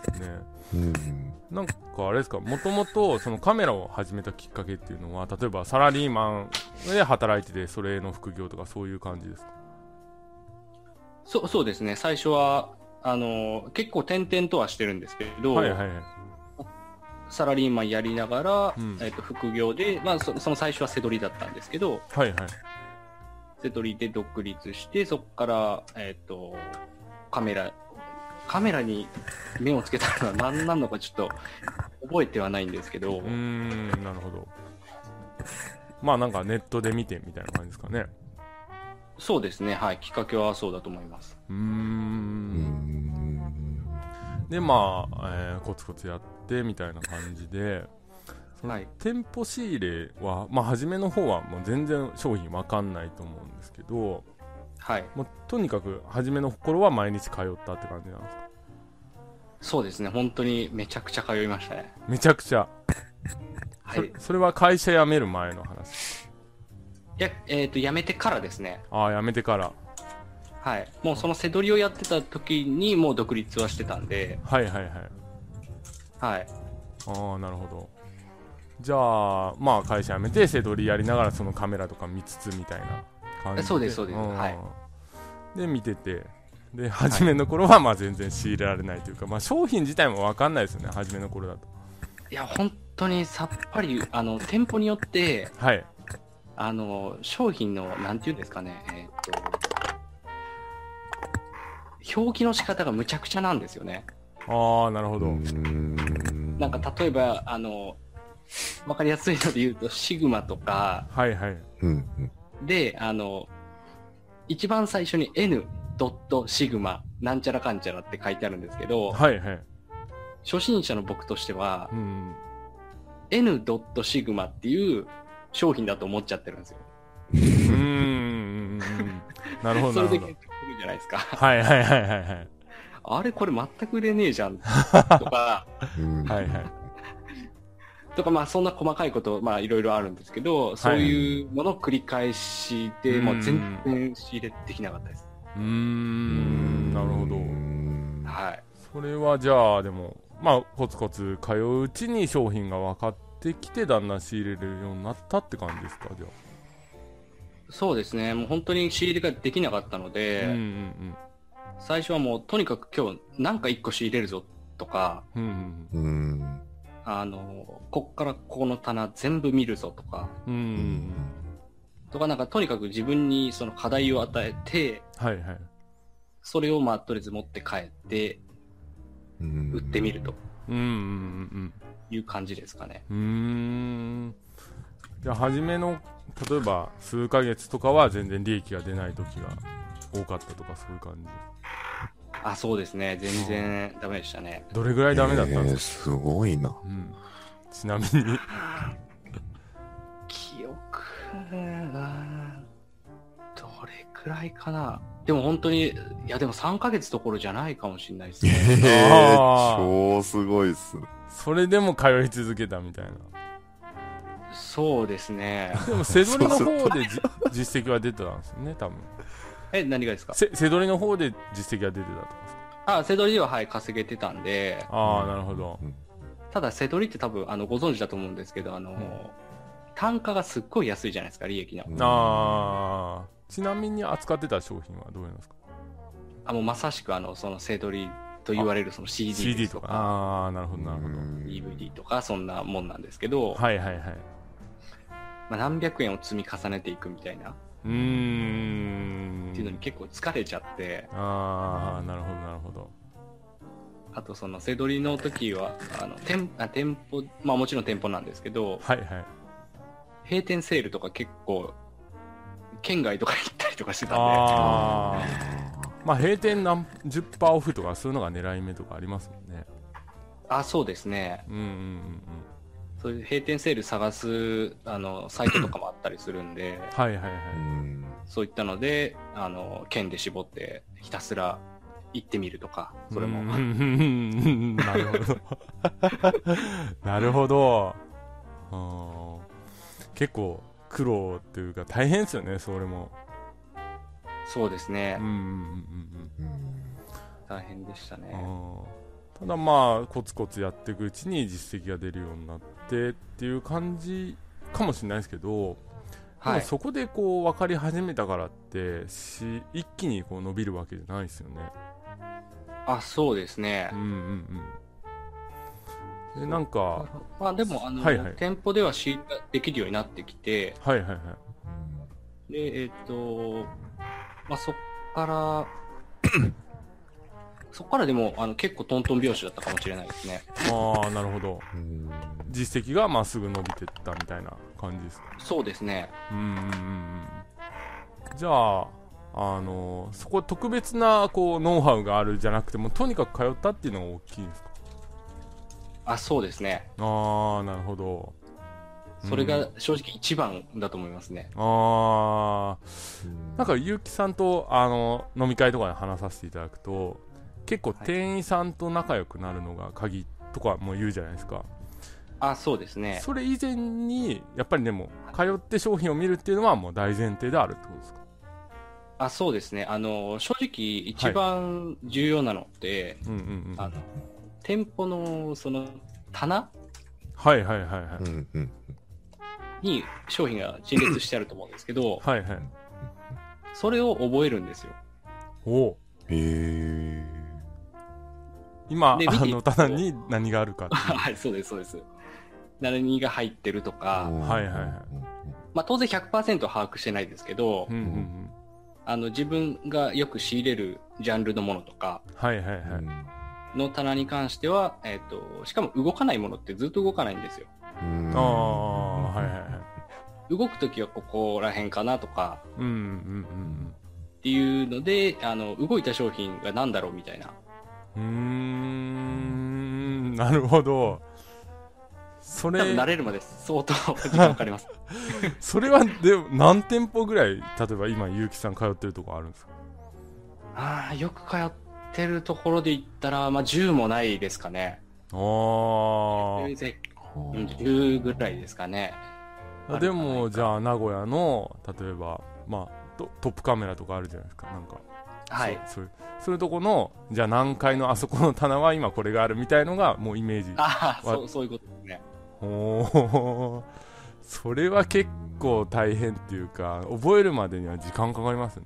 [SPEAKER 1] うん
[SPEAKER 2] なんかあれですか、もともとそのカメラを始めたきっかけっていうのは、例えばサラリーマンで働いてて、それの副業とかそういう感じですか
[SPEAKER 3] そうそうですね。最初は、あの、結構転々とはしてるんですけど、
[SPEAKER 2] はいはいはい。
[SPEAKER 3] サラリーマンやりながら、
[SPEAKER 2] うん
[SPEAKER 3] えっと副業で、まあそ、その最初は背取りだったんですけど、
[SPEAKER 2] はいはい。
[SPEAKER 3] 背取りで独立して、そこから、えっ、と、カメラ、カメラに目をつけたのは何なのかちょっと覚えてはないんですけど、
[SPEAKER 2] うーん、なるほど。まあなんかネットで見てみたいな感じですかね。
[SPEAKER 3] そうですね。はい。きっかけはそうだと思います。
[SPEAKER 2] うー。
[SPEAKER 1] うんん
[SPEAKER 2] で、まあ、えーコツコツやってみたいな感じで、その
[SPEAKER 3] はい
[SPEAKER 2] 店舗仕入れは、まあ、初めの方はもう全然商品わかんないと思うんですけど、
[SPEAKER 3] はい。
[SPEAKER 2] もうとにかく初めの頃は毎日通ったって感じなんですか
[SPEAKER 3] そうですね。本当にめちゃくちゃ通いましたね。
[SPEAKER 2] めちゃくちゃ、
[SPEAKER 3] は
[SPEAKER 2] そ
[SPEAKER 3] い。い
[SPEAKER 2] れそれは会社辞める前の話
[SPEAKER 3] や、えっ、と、辞めてからですね。
[SPEAKER 2] ああ辞めてから
[SPEAKER 3] はい。もうその背取りをやってた時にもう独立はしてたんで、
[SPEAKER 2] はいはいはい
[SPEAKER 3] はい。
[SPEAKER 2] ああなるほどじゃあまあ会社辞めて背取りやりながらそのカメラとか見つつみたいな感じ
[SPEAKER 3] そうですそうです
[SPEAKER 2] ん
[SPEAKER 3] はい
[SPEAKER 2] で見ててで初めの頃はまあ全然仕入れられないというか、まあ、商品自体も分かんないですよね初めの頃だと
[SPEAKER 3] いや、本当にさっぱり、あの、店舗によって、
[SPEAKER 2] はい
[SPEAKER 3] あの、商品の、なんていうんですかね、えっ、と、表記の仕方がむちゃくちゃなんですよね。
[SPEAKER 2] ああなるほど、
[SPEAKER 1] ん
[SPEAKER 3] なんか例えば、あの、わかりやすいので言うと、シグマとか
[SPEAKER 2] はいはい
[SPEAKER 1] うんうん
[SPEAKER 3] で、あの、一番最初に N. ドットシグマなんちゃらかんちゃらって書いてあるんですけど、
[SPEAKER 2] はいはい
[SPEAKER 3] 初心者の僕としては
[SPEAKER 2] う、ん
[SPEAKER 3] N. ドットシグマっていう商品だと思っちゃってるんですよ。
[SPEAKER 2] うーんう
[SPEAKER 3] *laughs*
[SPEAKER 2] んうんうんなるほ
[SPEAKER 3] そ
[SPEAKER 2] どな
[SPEAKER 3] れで
[SPEAKER 2] るほど
[SPEAKER 3] 結局来るじゃないですか。
[SPEAKER 2] はいはいはいはいはい
[SPEAKER 3] あれこれ全く売れねえじゃん。とか、
[SPEAKER 1] うん
[SPEAKER 2] はいはい
[SPEAKER 3] とかまあそんな細かいこと、まあいろいろあるんですけど、そういうものを繰り返しで、もう全然仕入れできなかったです。
[SPEAKER 2] うーんなるほど
[SPEAKER 1] うん
[SPEAKER 3] はい。
[SPEAKER 2] それはじゃあでもまあコツコツ通ううちに商品が分かってきてだんだん仕入れるようになったって感じですかじゃあ、
[SPEAKER 3] そうですね、もう本当に仕入れができなかったので、
[SPEAKER 2] うんうん
[SPEAKER 3] 最初はもうとにかく今日、なんか1個仕入れるぞとか、
[SPEAKER 2] うんうん
[SPEAKER 1] うん
[SPEAKER 3] あのこっからここの棚全部見るぞとか、
[SPEAKER 2] うんうんうん
[SPEAKER 1] う
[SPEAKER 2] うんん
[SPEAKER 3] とか、なんかとにかく自分にその課題を与えて、
[SPEAKER 2] はいはい
[SPEAKER 3] それをまあとりあえず持って帰って、
[SPEAKER 1] うん
[SPEAKER 3] 売ってみると
[SPEAKER 2] うんうん
[SPEAKER 3] いう感じですかね。
[SPEAKER 2] うんうんうーんじゃあ初めの例えば数ヶ月とかは全然利益が出ない時が多かったとかそういう感じ
[SPEAKER 3] あ、そうですね、全然ダメでしたね。
[SPEAKER 2] どれぐらいダメだったん
[SPEAKER 1] え
[SPEAKER 2] で
[SPEAKER 1] ー
[SPEAKER 2] すか、
[SPEAKER 1] すごいな
[SPEAKER 2] うん、ちなみに
[SPEAKER 3] 記憶が、どれくらいかな。でも本当に、いやでも3ヶ月どころじゃないかもしれないですね。
[SPEAKER 1] えー
[SPEAKER 2] あー
[SPEAKER 1] 超すごいっすね
[SPEAKER 2] それでも通い続けたみたいな
[SPEAKER 3] そうですね。
[SPEAKER 2] でも背取りの方でじ実績は出てたんですよね多分
[SPEAKER 3] え、何がですか
[SPEAKER 2] *laughs* せ背取りの方で実績が出てたとかですか
[SPEAKER 3] あ、セドリでははい、稼げてたんで、
[SPEAKER 2] ああ、なるほど
[SPEAKER 1] うん
[SPEAKER 3] ただセドリって多分、あの、ご存知だと思うんですけど、あの、
[SPEAKER 2] ん
[SPEAKER 3] 単価がすっごい安いじゃないですか、利益の。
[SPEAKER 2] ああちなみに扱ってた商品はどういうのですか
[SPEAKER 3] あ、もうまさしく、あの、そのセドリと言われるその CD
[SPEAKER 2] CD
[SPEAKER 3] です
[SPEAKER 2] とか
[SPEAKER 3] とか、
[SPEAKER 2] ああなるほどなるほど、
[SPEAKER 1] うん
[SPEAKER 3] DVD とか、そんなもんなんですけど、
[SPEAKER 2] はいはいはい
[SPEAKER 3] まあ、何百円を積み重ねていくみたいな、っ
[SPEAKER 2] うーん
[SPEAKER 3] ていうのに結構疲れちゃって、
[SPEAKER 2] ああなるほどなるほど
[SPEAKER 3] あとそのセドリの時は、あの、店あ店舗、まあもちろん店舗なんですけど、
[SPEAKER 2] はいはい
[SPEAKER 3] 閉店セールとか結構、県外とか行ったりとかしてたんで、
[SPEAKER 2] ああまあ閉店何10%オフとかそういうのが狙い目とかありますもんね
[SPEAKER 3] あそうですね
[SPEAKER 2] うんうんうんうん
[SPEAKER 3] そういう閉店セール探すあのサイトとかもあったりするんで
[SPEAKER 2] はいはいはい、
[SPEAKER 1] うん
[SPEAKER 3] そういったのであの県で絞ってひたすら行ってみるとかそれも、
[SPEAKER 2] うんうんうんうんなるほどなるほど *laughs* うん結構苦労っていうか大変ですよねそれも
[SPEAKER 3] そうですね
[SPEAKER 2] うんうんうん
[SPEAKER 1] うん
[SPEAKER 3] 大変でした
[SPEAKER 2] うんう
[SPEAKER 3] ね
[SPEAKER 2] んうんただまあコツコツやっていくうちに実績が出るようになってっていう感じかもしれないですけど、
[SPEAKER 3] は
[SPEAKER 2] で
[SPEAKER 3] い
[SPEAKER 2] もそこでこう分かり始めたからってし一気にこう伸びるわけじゃないですよね
[SPEAKER 3] あそうですね
[SPEAKER 2] うんうんうんでなんかは
[SPEAKER 3] まあでもあの、
[SPEAKER 2] はいはい
[SPEAKER 3] 店舗では仕入れができるようになってきて
[SPEAKER 2] いはいはい
[SPEAKER 3] でえっ、とまあそっから *clears throat* そっからでもあの結構トントン拍子だったかもしれないですね
[SPEAKER 2] ああなるほど
[SPEAKER 1] うん
[SPEAKER 2] 実績がまっすぐ伸びてったみたいな感じですか
[SPEAKER 3] そうですね
[SPEAKER 2] うんうんうんうんじゃああのそこ特別なこうノウハウがあるじゃなくてもうとにかく通ったっていうのが大きいんですか
[SPEAKER 3] あそうですね
[SPEAKER 2] ああなるほど
[SPEAKER 3] それが正直一番だと思いますね。
[SPEAKER 2] あーな
[SPEAKER 1] か、
[SPEAKER 2] んか結城さんとあの飲み会とかで話させていただくと結構
[SPEAKER 3] はい
[SPEAKER 2] 店員さんと仲良くなるのが鍵とかも言うじゃないですか、
[SPEAKER 3] あ、そうですね。
[SPEAKER 2] それ以前にやっぱりでも通って商品を見るっていうのはもう大前提であるってことですか
[SPEAKER 3] あ、そうですね。あの、正直一番重要なのって、
[SPEAKER 2] うんうんうん
[SPEAKER 3] あの、店舗のその棚
[SPEAKER 2] はいはいはいはい、
[SPEAKER 1] うんうん。
[SPEAKER 3] に商品が陳列してあると思うんですけ
[SPEAKER 2] *laughs*
[SPEAKER 3] ど、
[SPEAKER 2] はいはい
[SPEAKER 3] それを覚えるんですよ。
[SPEAKER 2] おお
[SPEAKER 1] へえ。
[SPEAKER 2] 今あ
[SPEAKER 3] で見て
[SPEAKER 2] の棚に何があるかっていう
[SPEAKER 3] はい、そうです、そうです。何が入ってるとか、
[SPEAKER 2] はいはいはい
[SPEAKER 3] まあ当然100%把握してないですけど、
[SPEAKER 2] うんうんうん
[SPEAKER 3] あの自分がよく仕入れるジャンルのものとか
[SPEAKER 2] はいはいはい、
[SPEAKER 1] うん
[SPEAKER 3] の棚に関しては、えっ、と、しかも動かないものってずっと動かないんですよ。
[SPEAKER 2] ああはいはいはい
[SPEAKER 3] 動くときはここら辺かなとか
[SPEAKER 2] うんうんうん
[SPEAKER 3] っていうので、あの、動いた商品が何だろうみたいな。
[SPEAKER 2] うんうーんなるほどそ
[SPEAKER 3] 多分慣
[SPEAKER 2] れ
[SPEAKER 3] れるまで相当時間かかり
[SPEAKER 2] *laughs*
[SPEAKER 3] ます。
[SPEAKER 2] それはでも何店舗ぐらい例えば今結城さん通ってるとこあるんですか
[SPEAKER 3] ああ、よく通ってるところで言ったら、まあ10もないですかね。
[SPEAKER 2] あー
[SPEAKER 3] ぜ
[SPEAKER 1] うん
[SPEAKER 3] うん10ぐらいですかね。
[SPEAKER 2] あでもじゃあ名古屋の例えばまあトトップカメラとかあるじゃないですかなんか
[SPEAKER 3] はい。
[SPEAKER 2] そうそういうそういうとこのじゃあ何階のあそこの棚は今これがあるみたいのがもうイメージ
[SPEAKER 3] ああ、
[SPEAKER 2] わ
[SPEAKER 3] そう、そういうことですね。
[SPEAKER 2] おー *laughs* それは結構大変っていうか覚えるまでには時間かかりますね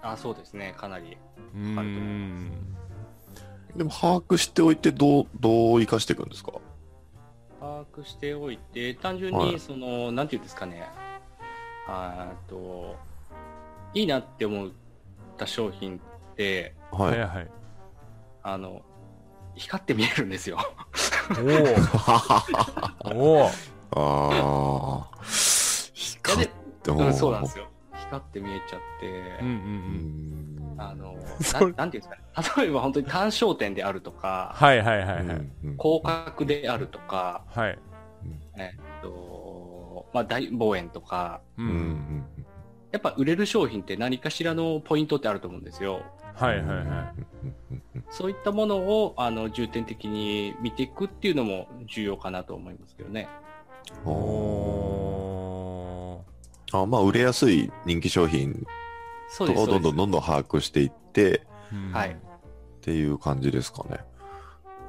[SPEAKER 3] ああ、そうですね。かなり。
[SPEAKER 2] うー
[SPEAKER 3] かると思
[SPEAKER 2] ん
[SPEAKER 1] でも把握しておいてどうどう生かしていくんですか
[SPEAKER 3] 把握しておいて、単純
[SPEAKER 1] はい
[SPEAKER 3] に、その、なんていうんですかね。あーっと、いいなって思った商品って、
[SPEAKER 2] は
[SPEAKER 1] はいい。
[SPEAKER 2] はい
[SPEAKER 3] あの、光って見えるんですよ。
[SPEAKER 2] おおおー
[SPEAKER 1] ああ。光っ。
[SPEAKER 3] *laughs* うん、そうなんですすよ。光って見えちゃって、
[SPEAKER 2] うん
[SPEAKER 1] う
[SPEAKER 2] うんう
[SPEAKER 1] んん
[SPEAKER 2] *laughs*
[SPEAKER 3] あの、
[SPEAKER 2] そ
[SPEAKER 3] な
[SPEAKER 2] れ
[SPEAKER 3] なんていうんですかね。例えば本当に単焦点であるとか、
[SPEAKER 2] はいはいはいはい、
[SPEAKER 1] うん
[SPEAKER 3] 広角であるとか、
[SPEAKER 2] はい
[SPEAKER 3] えっと、まあ、大望遠とか、
[SPEAKER 2] う、
[SPEAKER 1] うんんうん
[SPEAKER 3] やっぱ売れる商品って何かしらのポイントってあると思うんですよ。
[SPEAKER 2] はいはいはい
[SPEAKER 3] そういったものをあの重点的に見ていくっていうのも重要かなと思いますけどね。
[SPEAKER 1] うん
[SPEAKER 2] お
[SPEAKER 1] あまあ売れやすい人気商品
[SPEAKER 3] そう
[SPEAKER 1] と
[SPEAKER 3] です。
[SPEAKER 1] かを
[SPEAKER 3] そ
[SPEAKER 1] ど
[SPEAKER 3] うんで
[SPEAKER 1] どんど
[SPEAKER 3] す
[SPEAKER 1] んどん把握していって
[SPEAKER 2] ーうん
[SPEAKER 3] はい
[SPEAKER 1] っていう感じですかね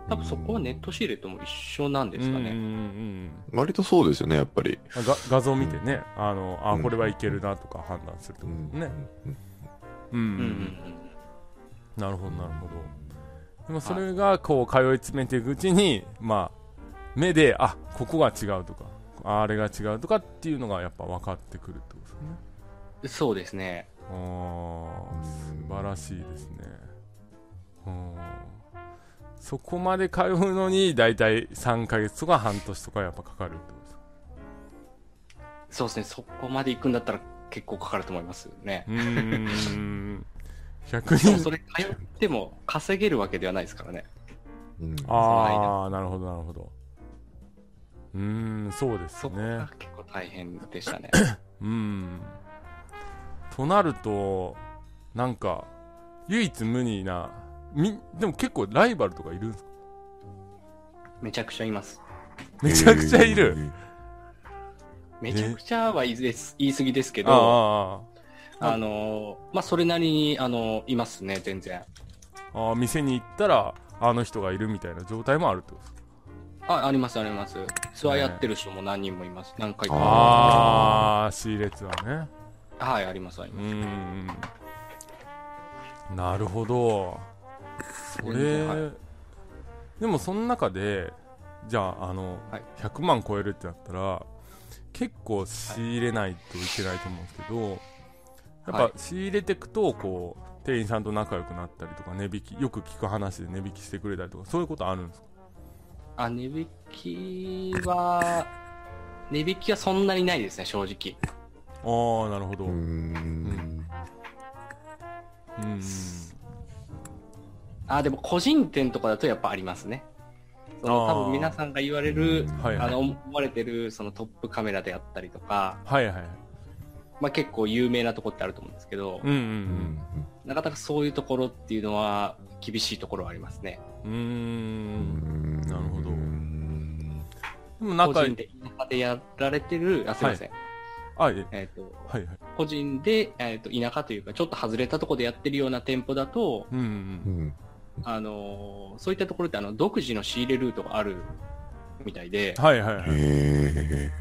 [SPEAKER 3] 多分そこはネット仕入れとも一緒なんですか
[SPEAKER 2] うんう
[SPEAKER 3] ね。
[SPEAKER 2] んうん
[SPEAKER 1] 割とそうですよねやっぱり、
[SPEAKER 2] うんが画像見てね、あのあ
[SPEAKER 1] うん
[SPEAKER 2] これはいけるなとか判断するってことですね、うんうん
[SPEAKER 3] うんうんうん
[SPEAKER 2] なるほどなるほどでもそれがこう通い詰めていくうちにまあ目であここが違うとかああれが違うとかっていうのがやっぱ分かってくるってことですね
[SPEAKER 3] そうですね。
[SPEAKER 2] ああ
[SPEAKER 1] うん
[SPEAKER 2] 素晴らしいですねうんそこまで通うのに大体3ヶ月とか半年とかやっぱかかるってことですか
[SPEAKER 3] そうですね。そこまで行くんだったら結構かかると思いますね。
[SPEAKER 2] うー *laughs* ん100
[SPEAKER 3] でも
[SPEAKER 2] 人
[SPEAKER 3] それ通っても稼げるわけではないですからね。
[SPEAKER 1] うん
[SPEAKER 2] ああなるほどなるほどうーんそうです
[SPEAKER 3] そこ
[SPEAKER 2] ね
[SPEAKER 3] が結構大変でした *coughs* ね。
[SPEAKER 2] うんとなるとなんか唯一無二なみでも結構ライバルとかいるんですか
[SPEAKER 3] めちゃくちゃいます。
[SPEAKER 2] めちゃくちゃいる、
[SPEAKER 3] めちゃくちゃは言いです言い過ぎですけ
[SPEAKER 2] ああ
[SPEAKER 3] ど、
[SPEAKER 2] あ
[SPEAKER 3] あのーまあ、それなりに、あのーいますね、全然。
[SPEAKER 2] あああ店に行ったらあの人がいるみたいな状態もあるってことですか
[SPEAKER 3] あ、あります、あります。ツアーやってる人も何人もいます。何回か。
[SPEAKER 2] ああ仕入れツアーね
[SPEAKER 3] はい、あります、あり
[SPEAKER 2] う
[SPEAKER 3] ま
[SPEAKER 2] んなるほどそ
[SPEAKER 3] 全然は
[SPEAKER 2] れでもその中でじゃああの、
[SPEAKER 3] はい
[SPEAKER 2] 100万超えるってなったら結構仕入れないといけないと思うんですけど、や
[SPEAKER 3] は
[SPEAKER 2] っ
[SPEAKER 3] い
[SPEAKER 2] ぱ仕入れていくとこう店員さんと仲良くなったりとか値引きよく聞く話で値引きしてくれたりとかそういうことあるんですか
[SPEAKER 3] す。あ、値引きは、値引きはそんなにないですね、正直。
[SPEAKER 2] ああなるほど、
[SPEAKER 1] う
[SPEAKER 2] うん
[SPEAKER 1] ん
[SPEAKER 2] うん
[SPEAKER 3] あ、でも個人店とかだとやっぱありますね。その
[SPEAKER 2] あー
[SPEAKER 3] 多分皆さんが言われる、
[SPEAKER 2] はいはい
[SPEAKER 3] あの思われてるそのトップカメラであったりとか、
[SPEAKER 2] はいはい。
[SPEAKER 3] まあ、結構有名なとこってあると思うんですけど、
[SPEAKER 2] うんう
[SPEAKER 1] うん
[SPEAKER 3] なかなかそういうところっていうのは厳しいところはありますね。
[SPEAKER 2] うん。うー
[SPEAKER 1] ん
[SPEAKER 2] ん。なるほど
[SPEAKER 1] うん
[SPEAKER 2] でも
[SPEAKER 3] 個
[SPEAKER 2] 仲い
[SPEAKER 3] 人
[SPEAKER 2] い。
[SPEAKER 3] で田舎でやられてる、あすいません、
[SPEAKER 2] あ、え
[SPEAKER 3] えっと
[SPEAKER 2] はいはい。
[SPEAKER 3] 個人で、えっと田舎というかちょっと外れたところでやってるような店舗だと、
[SPEAKER 2] うんう。
[SPEAKER 1] うんん
[SPEAKER 3] あのーそういったところってあの独自の仕入れルートがあるみたいで、
[SPEAKER 2] はいはいはい。
[SPEAKER 1] へ
[SPEAKER 2] う
[SPEAKER 1] え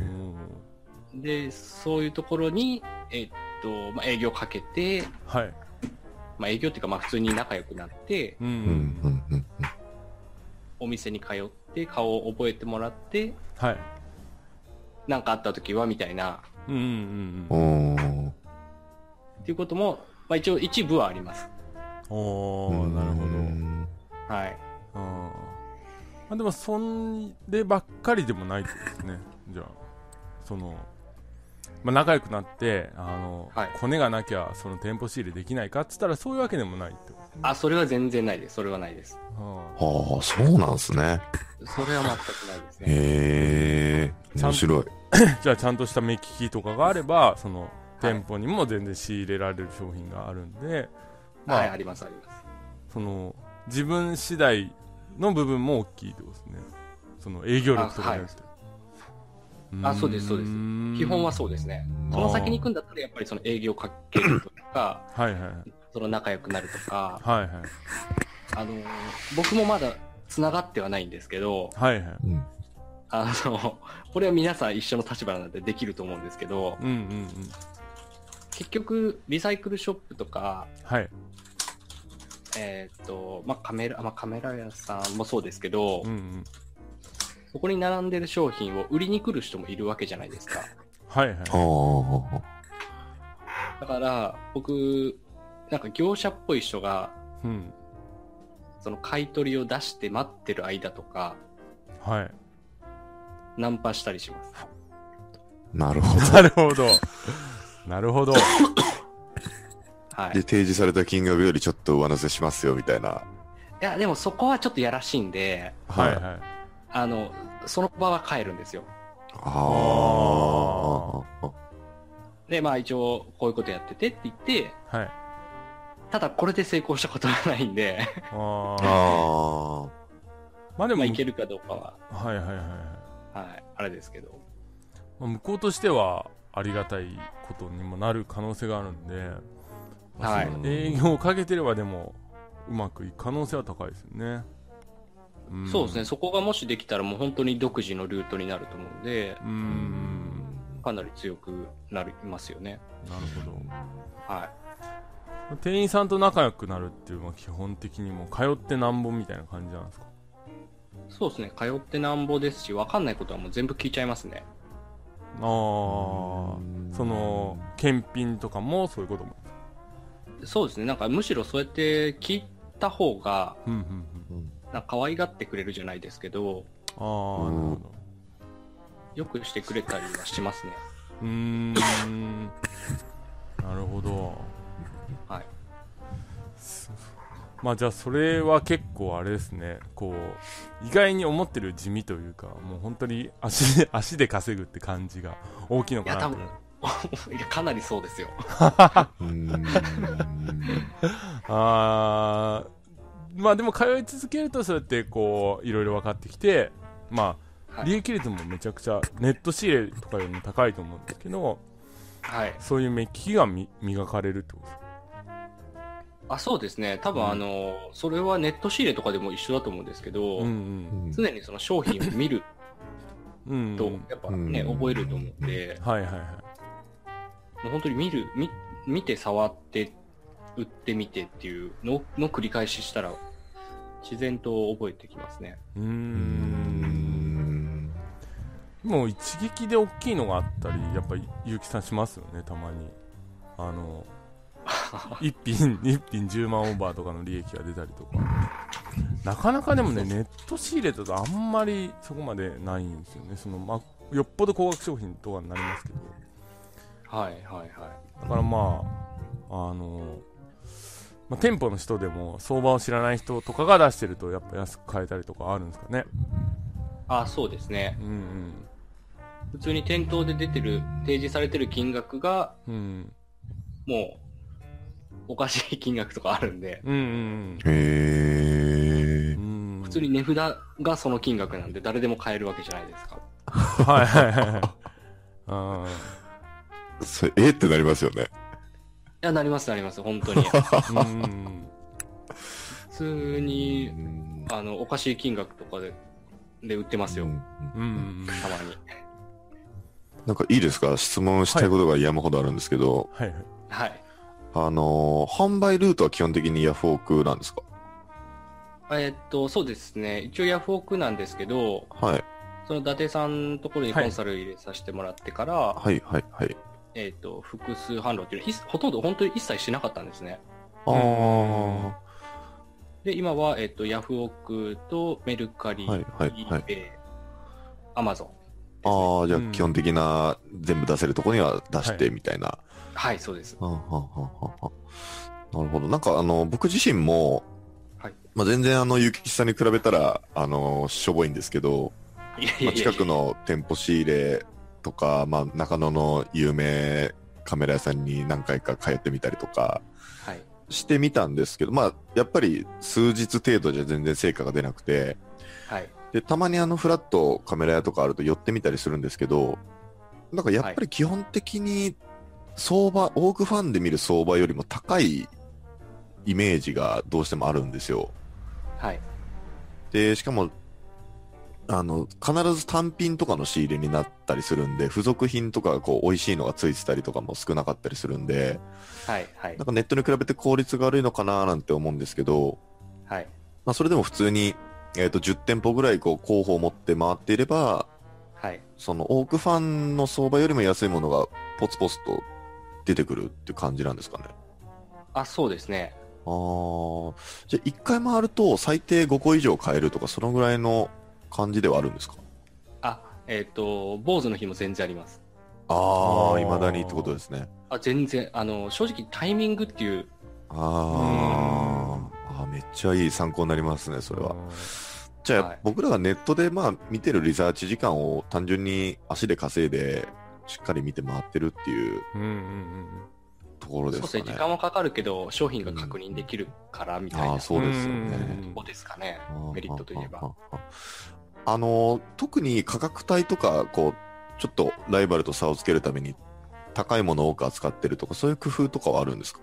[SPEAKER 2] ん
[SPEAKER 3] でそういうところに、えっとまあ、営業かけて、
[SPEAKER 2] はい。
[SPEAKER 3] まあ、営業っていうか、まあ、普通に仲良くなって、
[SPEAKER 2] う
[SPEAKER 1] うんん。うんうん
[SPEAKER 3] お店に通って、顔を覚えてもらって、
[SPEAKER 2] はい。
[SPEAKER 3] なんかあった時は、みたいな、
[SPEAKER 2] うんうん
[SPEAKER 1] う
[SPEAKER 2] うん
[SPEAKER 1] んおー
[SPEAKER 3] っていうことも、まあ、一応一部はあります。
[SPEAKER 2] おおなるほど。うん
[SPEAKER 3] はい。
[SPEAKER 2] まあでも、そればっかりでもないってことですね。 *laughs* じゃあ、その、まあ仲良くなって、あの
[SPEAKER 3] はい、
[SPEAKER 2] コネがなきゃ、その店舗仕入れできないかって言ったら、そういうわけでもないってこ
[SPEAKER 3] あ、それは全然ないです。それはないです。
[SPEAKER 2] と。あ
[SPEAKER 1] ああそうなんすね
[SPEAKER 3] それは全くないですね。
[SPEAKER 1] へえ面白い
[SPEAKER 2] あじゃあ、ちゃん *laughs* とした目利きとかがあれば、その、店舗にも全然仕入れられる商品があるんで、まあ
[SPEAKER 3] はい、あります、あります。
[SPEAKER 2] その自分次第の部分も大きいってことですねその営業力とかじゃなくて
[SPEAKER 3] いあそうですそうです基本はそうですね。その先に行くんだったら、やっぱりその営業かけるとか、
[SPEAKER 2] くはいはいはい
[SPEAKER 3] その仲良くなるとか、
[SPEAKER 2] はい
[SPEAKER 3] あのー僕もまだ繋がってはないんですけど、
[SPEAKER 2] はいはいはい
[SPEAKER 1] うん
[SPEAKER 3] あの、これは皆さん一緒の立場なんでできると思うんですけど、
[SPEAKER 2] うんうんうん
[SPEAKER 3] 結局、リサイクルショップとか、
[SPEAKER 2] はい
[SPEAKER 3] えーっと、まあ、カメラ、まあ、カメラ屋さんもそうですけど、
[SPEAKER 2] うんうん
[SPEAKER 3] そこに並んでる商品を売りに来る人もいるわけじゃないですか。
[SPEAKER 2] はいはい
[SPEAKER 1] ああ
[SPEAKER 3] だから、僕、なんか業者っぽい人が、
[SPEAKER 2] うん
[SPEAKER 3] その買い取りを出して待ってる間とか、
[SPEAKER 2] はい *laughs*
[SPEAKER 3] ナンパしたりします。
[SPEAKER 1] なるほど
[SPEAKER 2] なるほどなるほど
[SPEAKER 3] は
[SPEAKER 1] で
[SPEAKER 3] い。い
[SPEAKER 1] 提示された金額よりちょっと上乗せしますよみたいな
[SPEAKER 3] や、でもそこはちょっとやらしいんで、
[SPEAKER 2] はいはい
[SPEAKER 3] あの、その場は帰るんですよ。
[SPEAKER 1] ああ
[SPEAKER 3] で、まあ一応、こういうことやっててって言って、
[SPEAKER 2] はい
[SPEAKER 3] ただこれで成功したことはないんで、
[SPEAKER 2] あ
[SPEAKER 1] あ
[SPEAKER 2] あ
[SPEAKER 1] あ
[SPEAKER 2] まあでも
[SPEAKER 3] まあいけるかどうかは、
[SPEAKER 2] はいはいはいはい
[SPEAKER 3] はい、あれですけど。
[SPEAKER 2] まあ向こうとしてはありがたいことにもなる可能性があるんで、まあ
[SPEAKER 3] はい
[SPEAKER 2] その営業をかけてればでもうまくいく可能性は高いですよね、ん
[SPEAKER 3] そうですね、そこがもしできたらもう本当に独自のルートになると思うんで、
[SPEAKER 2] うーん
[SPEAKER 3] かなり強くなりますよね。
[SPEAKER 2] なるほ
[SPEAKER 3] は
[SPEAKER 2] ど店員さんと仲良くなるっていうのは基本的にもう通ってなんぼみたいな感じなんですか
[SPEAKER 3] い。そうですね、通ってなんぼですし、わかんないことはもう全部聞いちゃいますね。
[SPEAKER 2] ああその検品とかもそういうことも
[SPEAKER 3] そうですね、なんかむしろそうやって聞いた方が、
[SPEAKER 2] うんうんうん
[SPEAKER 3] なんか可愛がってくれるじゃないですけど、
[SPEAKER 2] ああなるほど
[SPEAKER 3] よくしてくれたりはしますね。
[SPEAKER 2] うーんなるほど
[SPEAKER 3] *laughs* はい
[SPEAKER 2] すまあじゃあそれは結構あれですねこう意外に思ってる地味というかもう本当に足 *laughs* で足で稼ぐって感じが大きいのかなと
[SPEAKER 3] いやいやかなりそうですよ。
[SPEAKER 2] あーまあでも通い続けるとそうやってこういろいろ分かってきてまあ
[SPEAKER 3] はい
[SPEAKER 2] 利益率もめちゃくちゃネット仕入れとかよりも高いと思うんですけど
[SPEAKER 3] はい。
[SPEAKER 2] そういう目利きがみ磨かれるってことです
[SPEAKER 3] あ、そうですね。多分、
[SPEAKER 2] うん
[SPEAKER 3] あの、それはネット仕入れとかでも一緒だと思うんですけど、
[SPEAKER 2] うんうん
[SPEAKER 3] 常にその商品を見る
[SPEAKER 2] うんうん
[SPEAKER 3] と、やっぱね、
[SPEAKER 1] うん
[SPEAKER 3] 覚えると思うんで、
[SPEAKER 2] はいはいはい
[SPEAKER 3] もう本当に見る、見見て触って、売ってみてっていうのの繰り返ししたら、自然と覚えてきますね。
[SPEAKER 2] うーんもう一撃で大きいのがあったりやっぱり結城さんしますよねたまにあ
[SPEAKER 3] *laughs*
[SPEAKER 2] の一品一品10万オーバーとかの利益が出たりとかなかなかでもねネット仕入れだとあんまりそこまでないんですよねその、まあ、よっぽど高額商品とかになりますけど
[SPEAKER 3] はい、はい、は
[SPEAKER 2] だからまああの、まあ、店舗の人でも相場を知らない人とかが出してるとやっぱ安く買えたりとかあるんですかね
[SPEAKER 3] あ、そうですね。
[SPEAKER 2] うん
[SPEAKER 3] 普通に店頭で出てる、提示されてる金額が、
[SPEAKER 2] うんうん
[SPEAKER 3] もう、おかしい金額とかあるんで、
[SPEAKER 2] うんうん
[SPEAKER 1] へえ
[SPEAKER 2] う。ん
[SPEAKER 3] 普通に値札がその金額なんで、誰でも買えるわけじゃないですか。
[SPEAKER 2] はいはいはいはいあ
[SPEAKER 1] それえってなりますよね。
[SPEAKER 3] いや、なりますなります、本
[SPEAKER 1] *laughs*
[SPEAKER 3] 当に。
[SPEAKER 2] ーうんうん
[SPEAKER 3] 普通に、あの、おかしい金額とかで、で売ってますよ、
[SPEAKER 2] うんうん
[SPEAKER 3] たまに。
[SPEAKER 1] なんかいいですか質問したいことが山ほどあるんですけど、
[SPEAKER 2] はいはい
[SPEAKER 3] はい。
[SPEAKER 1] あのー販売ルートは基本的にヤフオクなんですか
[SPEAKER 3] えっと、そうですね。一応ヤフオクなんですけど、
[SPEAKER 1] はい。
[SPEAKER 3] その伊達さんのところにコンサル入れさせてもらってから、
[SPEAKER 1] はいはいはい。
[SPEAKER 3] えっと、複数販路っていうのはひほとんど本当に一切しなかったんですね。
[SPEAKER 1] あー。は
[SPEAKER 3] で、今は、えっと、ヤフオクとメルカリ、
[SPEAKER 1] いはいはい。
[SPEAKER 3] eBay アマゾン。
[SPEAKER 1] ああ、じゃあ
[SPEAKER 2] うん
[SPEAKER 1] 基本的な全部出せるとこには出してみたいな。
[SPEAKER 3] はい、そうです。
[SPEAKER 1] はあはあはあはあなるほど。なんかあの、僕自身も、
[SPEAKER 3] はい
[SPEAKER 1] まあ、全然あの、ゆきさんに比べたら、あの、しょぼいんですけど、
[SPEAKER 3] いやい
[SPEAKER 1] ま
[SPEAKER 3] や
[SPEAKER 1] あ
[SPEAKER 3] い
[SPEAKER 1] 近
[SPEAKER 3] や
[SPEAKER 1] くの店舗仕入れとか、まあ、中野の有名カメラ屋さんに何回か通ってみたりとか
[SPEAKER 3] はい。
[SPEAKER 1] してみたんですけど、まあ、やっぱり数日程度じゃ全然成果が出なくて、
[SPEAKER 3] はい。
[SPEAKER 1] で、たまにあの、フラットカメラ屋とかあると寄ってみたりするんですけど、なんかやっぱり基本的に相場、多くオークファンで見る相場よりも高いイメージがどうしてもあるんですよ。
[SPEAKER 3] はい。
[SPEAKER 1] で、しかも、あの、必ず単品とかの仕入れになったりするんで、付属品とかがこう、美味しいのがついてたりとかも少なかったりするんで、
[SPEAKER 3] はい。はい
[SPEAKER 1] なん。かネットに比べて効率が悪いのかなーなんて思うんですけど、
[SPEAKER 3] はい。
[SPEAKER 1] まあそれでも普通に、えっ、と、10店舗ぐらいこう、候補を持って回っていれば、
[SPEAKER 3] はい。
[SPEAKER 1] そのオークファンの相場よりも安いものがポツポツと出てくるっていう感じなんですかね。
[SPEAKER 3] あ、そうですね。
[SPEAKER 1] あーじゃあ1回回ると最低5個以上買えるとか、そのぐらいの感じではあるんですか
[SPEAKER 3] あ、えっ、と、坊主の日も全然あります。
[SPEAKER 1] あ
[SPEAKER 2] あ
[SPEAKER 1] あ、
[SPEAKER 2] ー
[SPEAKER 1] 未だにってことですね。
[SPEAKER 3] あ、全然、あの、正直タイミングっていう、
[SPEAKER 1] あーあー、めっちゃいい参考になりますね、それは。じゃあ、
[SPEAKER 3] はい
[SPEAKER 1] 僕らがネットでまあ見てるリサーチ時間を単純に足で稼いで、しっかり見て回ってるっていう
[SPEAKER 2] うんうん
[SPEAKER 1] ところ
[SPEAKER 3] そ
[SPEAKER 1] で
[SPEAKER 3] う
[SPEAKER 1] す
[SPEAKER 3] で
[SPEAKER 1] かね。
[SPEAKER 3] すね、時間はかかるけど、商品が確認できるからみたいな、
[SPEAKER 1] ああ、
[SPEAKER 3] そ
[SPEAKER 1] そうですよね。
[SPEAKER 2] うん
[SPEAKER 3] こですかね。メリットといえば。
[SPEAKER 1] あの特に価格帯とかこうちょっとライバルと差をつけるために高いものを多く扱ってるとかそういう工夫とかはあるんですか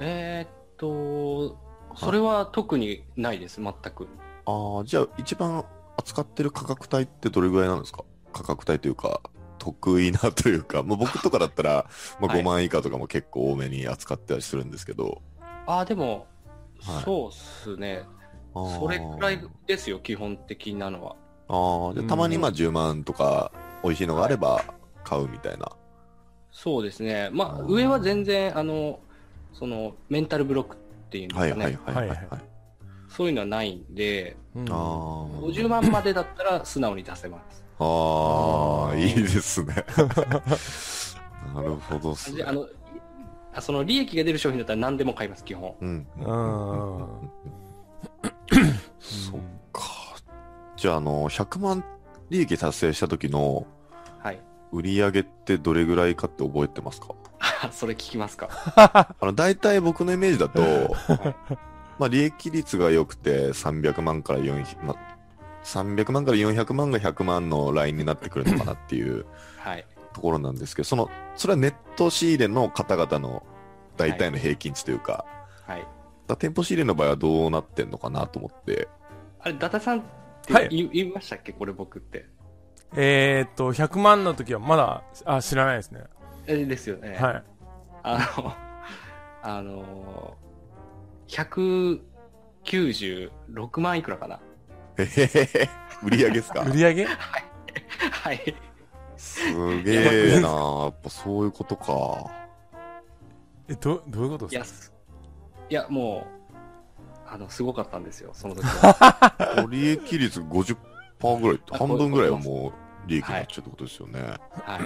[SPEAKER 3] えーっと、それは特にないです、全く。
[SPEAKER 1] ああじゃあ一番扱ってる価格帯ってどれぐらいなんですか価格帯というか得意なというか、まあ、僕とかだった
[SPEAKER 3] *laughs*
[SPEAKER 1] らまあ
[SPEAKER 3] はい
[SPEAKER 1] 5万以下とかも結構多めに扱ってはするんですけど、
[SPEAKER 3] ああ、でも、
[SPEAKER 1] はい
[SPEAKER 3] そうっすね。
[SPEAKER 1] あー
[SPEAKER 3] それくらいですよ、基本的なのは。
[SPEAKER 1] ああじゃあたまにまあ10万とか美味しいのがあれば買うみたいな、
[SPEAKER 3] そうですね。まあ、
[SPEAKER 1] あー
[SPEAKER 3] 上は全然、あの、その、メンタルブロックっていうんですか
[SPEAKER 1] はい
[SPEAKER 3] ね。
[SPEAKER 1] はいはいはい、はい
[SPEAKER 2] はいは
[SPEAKER 3] そういうのはないんで、
[SPEAKER 2] うんうん
[SPEAKER 1] あー
[SPEAKER 3] 50万までだったら素直に出せます。
[SPEAKER 1] あ
[SPEAKER 2] あ
[SPEAKER 1] あ、
[SPEAKER 2] ー
[SPEAKER 1] いいです
[SPEAKER 3] *laughs*
[SPEAKER 1] ね。なるほどっすね
[SPEAKER 3] で。あの、いあその利益が出る商品だったら何でも買います、基本。
[SPEAKER 1] うん。
[SPEAKER 2] うん
[SPEAKER 1] そっか。じゃあ、あの、100万利益達成した時の
[SPEAKER 3] はい。 *laughs*
[SPEAKER 1] 売り上げってどれぐらいかって覚えてますか
[SPEAKER 3] あそれ聞きますか。
[SPEAKER 1] あの、大体僕のイメージだ *laughs* と、まあ、利益率が良くて300万から400、まあ、300万から400万が100万のラインになってくるのかなっていう *coughs*
[SPEAKER 3] はい。
[SPEAKER 1] ところなんですけど、その、それはネット仕入れの方々の大体の平均値というか、
[SPEAKER 3] はい。
[SPEAKER 1] だ店舗仕入れの場合はどうなってんのかなと思 *laughs* って。
[SPEAKER 3] あれ、ダタさんって
[SPEAKER 2] はい
[SPEAKER 3] 言い,、言いましたっけこれ僕って。
[SPEAKER 2] えーっと100万の時はまだあ知らないですね
[SPEAKER 3] えですよね。
[SPEAKER 2] はい
[SPEAKER 3] あの、 *laughs* あのー、196万いくらかな。 *laughs*
[SPEAKER 1] えへへへ売り上げですか
[SPEAKER 2] 売り上げ
[SPEAKER 3] はい。
[SPEAKER 1] すげえなやっぱそういうことか。
[SPEAKER 2] えどどういうこと
[SPEAKER 3] い
[SPEAKER 2] で
[SPEAKER 3] や、
[SPEAKER 2] す
[SPEAKER 3] すいや、もう、あの、すごかったんですよ、その
[SPEAKER 2] *laughs*
[SPEAKER 3] 時は。
[SPEAKER 1] 利益率50%ぐらいって、
[SPEAKER 3] あ
[SPEAKER 1] 半分ぐらいはもう利益になっちゃうってことですよね。
[SPEAKER 3] はい。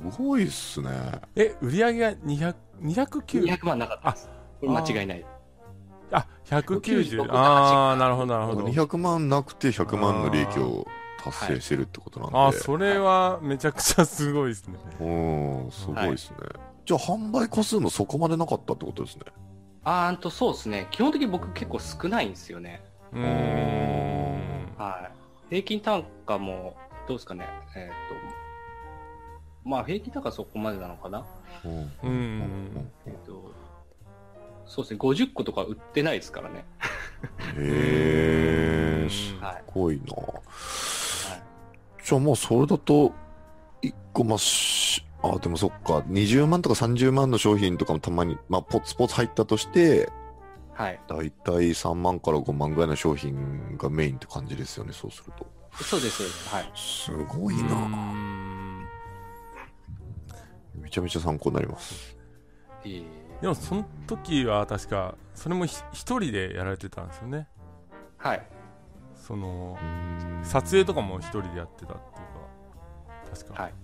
[SPEAKER 1] すごいっすね。
[SPEAKER 2] かえ売り上げが200 209
[SPEAKER 3] 200万なかったです。これ間違いない。
[SPEAKER 2] あ190
[SPEAKER 3] 190
[SPEAKER 2] ああなるほどなるほど
[SPEAKER 1] 200万なくて100万の利益を達成してるってことなんで、
[SPEAKER 2] あーそれはめちゃくちゃすごいですね
[SPEAKER 1] うんすごいですね、じゃあ販売個数もそこまでなかったってことですね
[SPEAKER 3] あーんとそうですね基本的に僕結構少ないんですよね
[SPEAKER 2] うーん
[SPEAKER 3] はい平均単価もどうですかねえっ、とまあ平均単価はそこまでなのかな
[SPEAKER 1] うん
[SPEAKER 2] うん
[SPEAKER 3] えっ、とそうですね50個とか売ってないですからね
[SPEAKER 1] へえす
[SPEAKER 3] はい
[SPEAKER 1] ごいなじゃあもうそれだと1個まあしあでもそっか20万とか30万の商品とかもたまに、まあ、ポツポツ入ったとして
[SPEAKER 3] はい
[SPEAKER 1] だいたい3万から5万ぐらいの商品がメインって感じですよねそうすると
[SPEAKER 3] そうですそうですはい
[SPEAKER 1] すごいな、
[SPEAKER 2] うーん
[SPEAKER 1] めちゃめちゃ参考になります
[SPEAKER 3] いい
[SPEAKER 2] でもその時は確かそれもひ一人でやられてたんですよね
[SPEAKER 3] はい
[SPEAKER 2] その
[SPEAKER 1] うん
[SPEAKER 2] 撮影とかも一人でやってたっていうか確か、
[SPEAKER 3] はい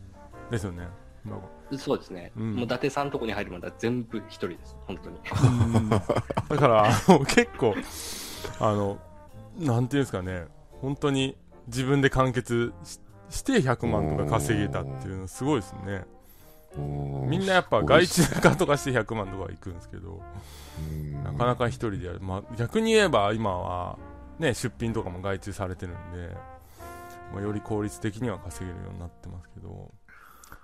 [SPEAKER 2] ですよねなんか
[SPEAKER 3] そうですね、
[SPEAKER 2] うん
[SPEAKER 3] もう伊達さんのとこに入るまでは全部一人です本
[SPEAKER 1] *laughs*
[SPEAKER 3] 当に
[SPEAKER 2] だからあの結構あのなんていうんですかね本当に自分で完結しして100万とか稼げたっていうのすごいですねみんなやっぱ外注化とかして100万とか行くんですけどなかな
[SPEAKER 1] か
[SPEAKER 2] か一人でやる、まあ、逆に言えば今は、ね、出品とかも外注されてるんで、まあ、より効率的には稼げるようになってますけど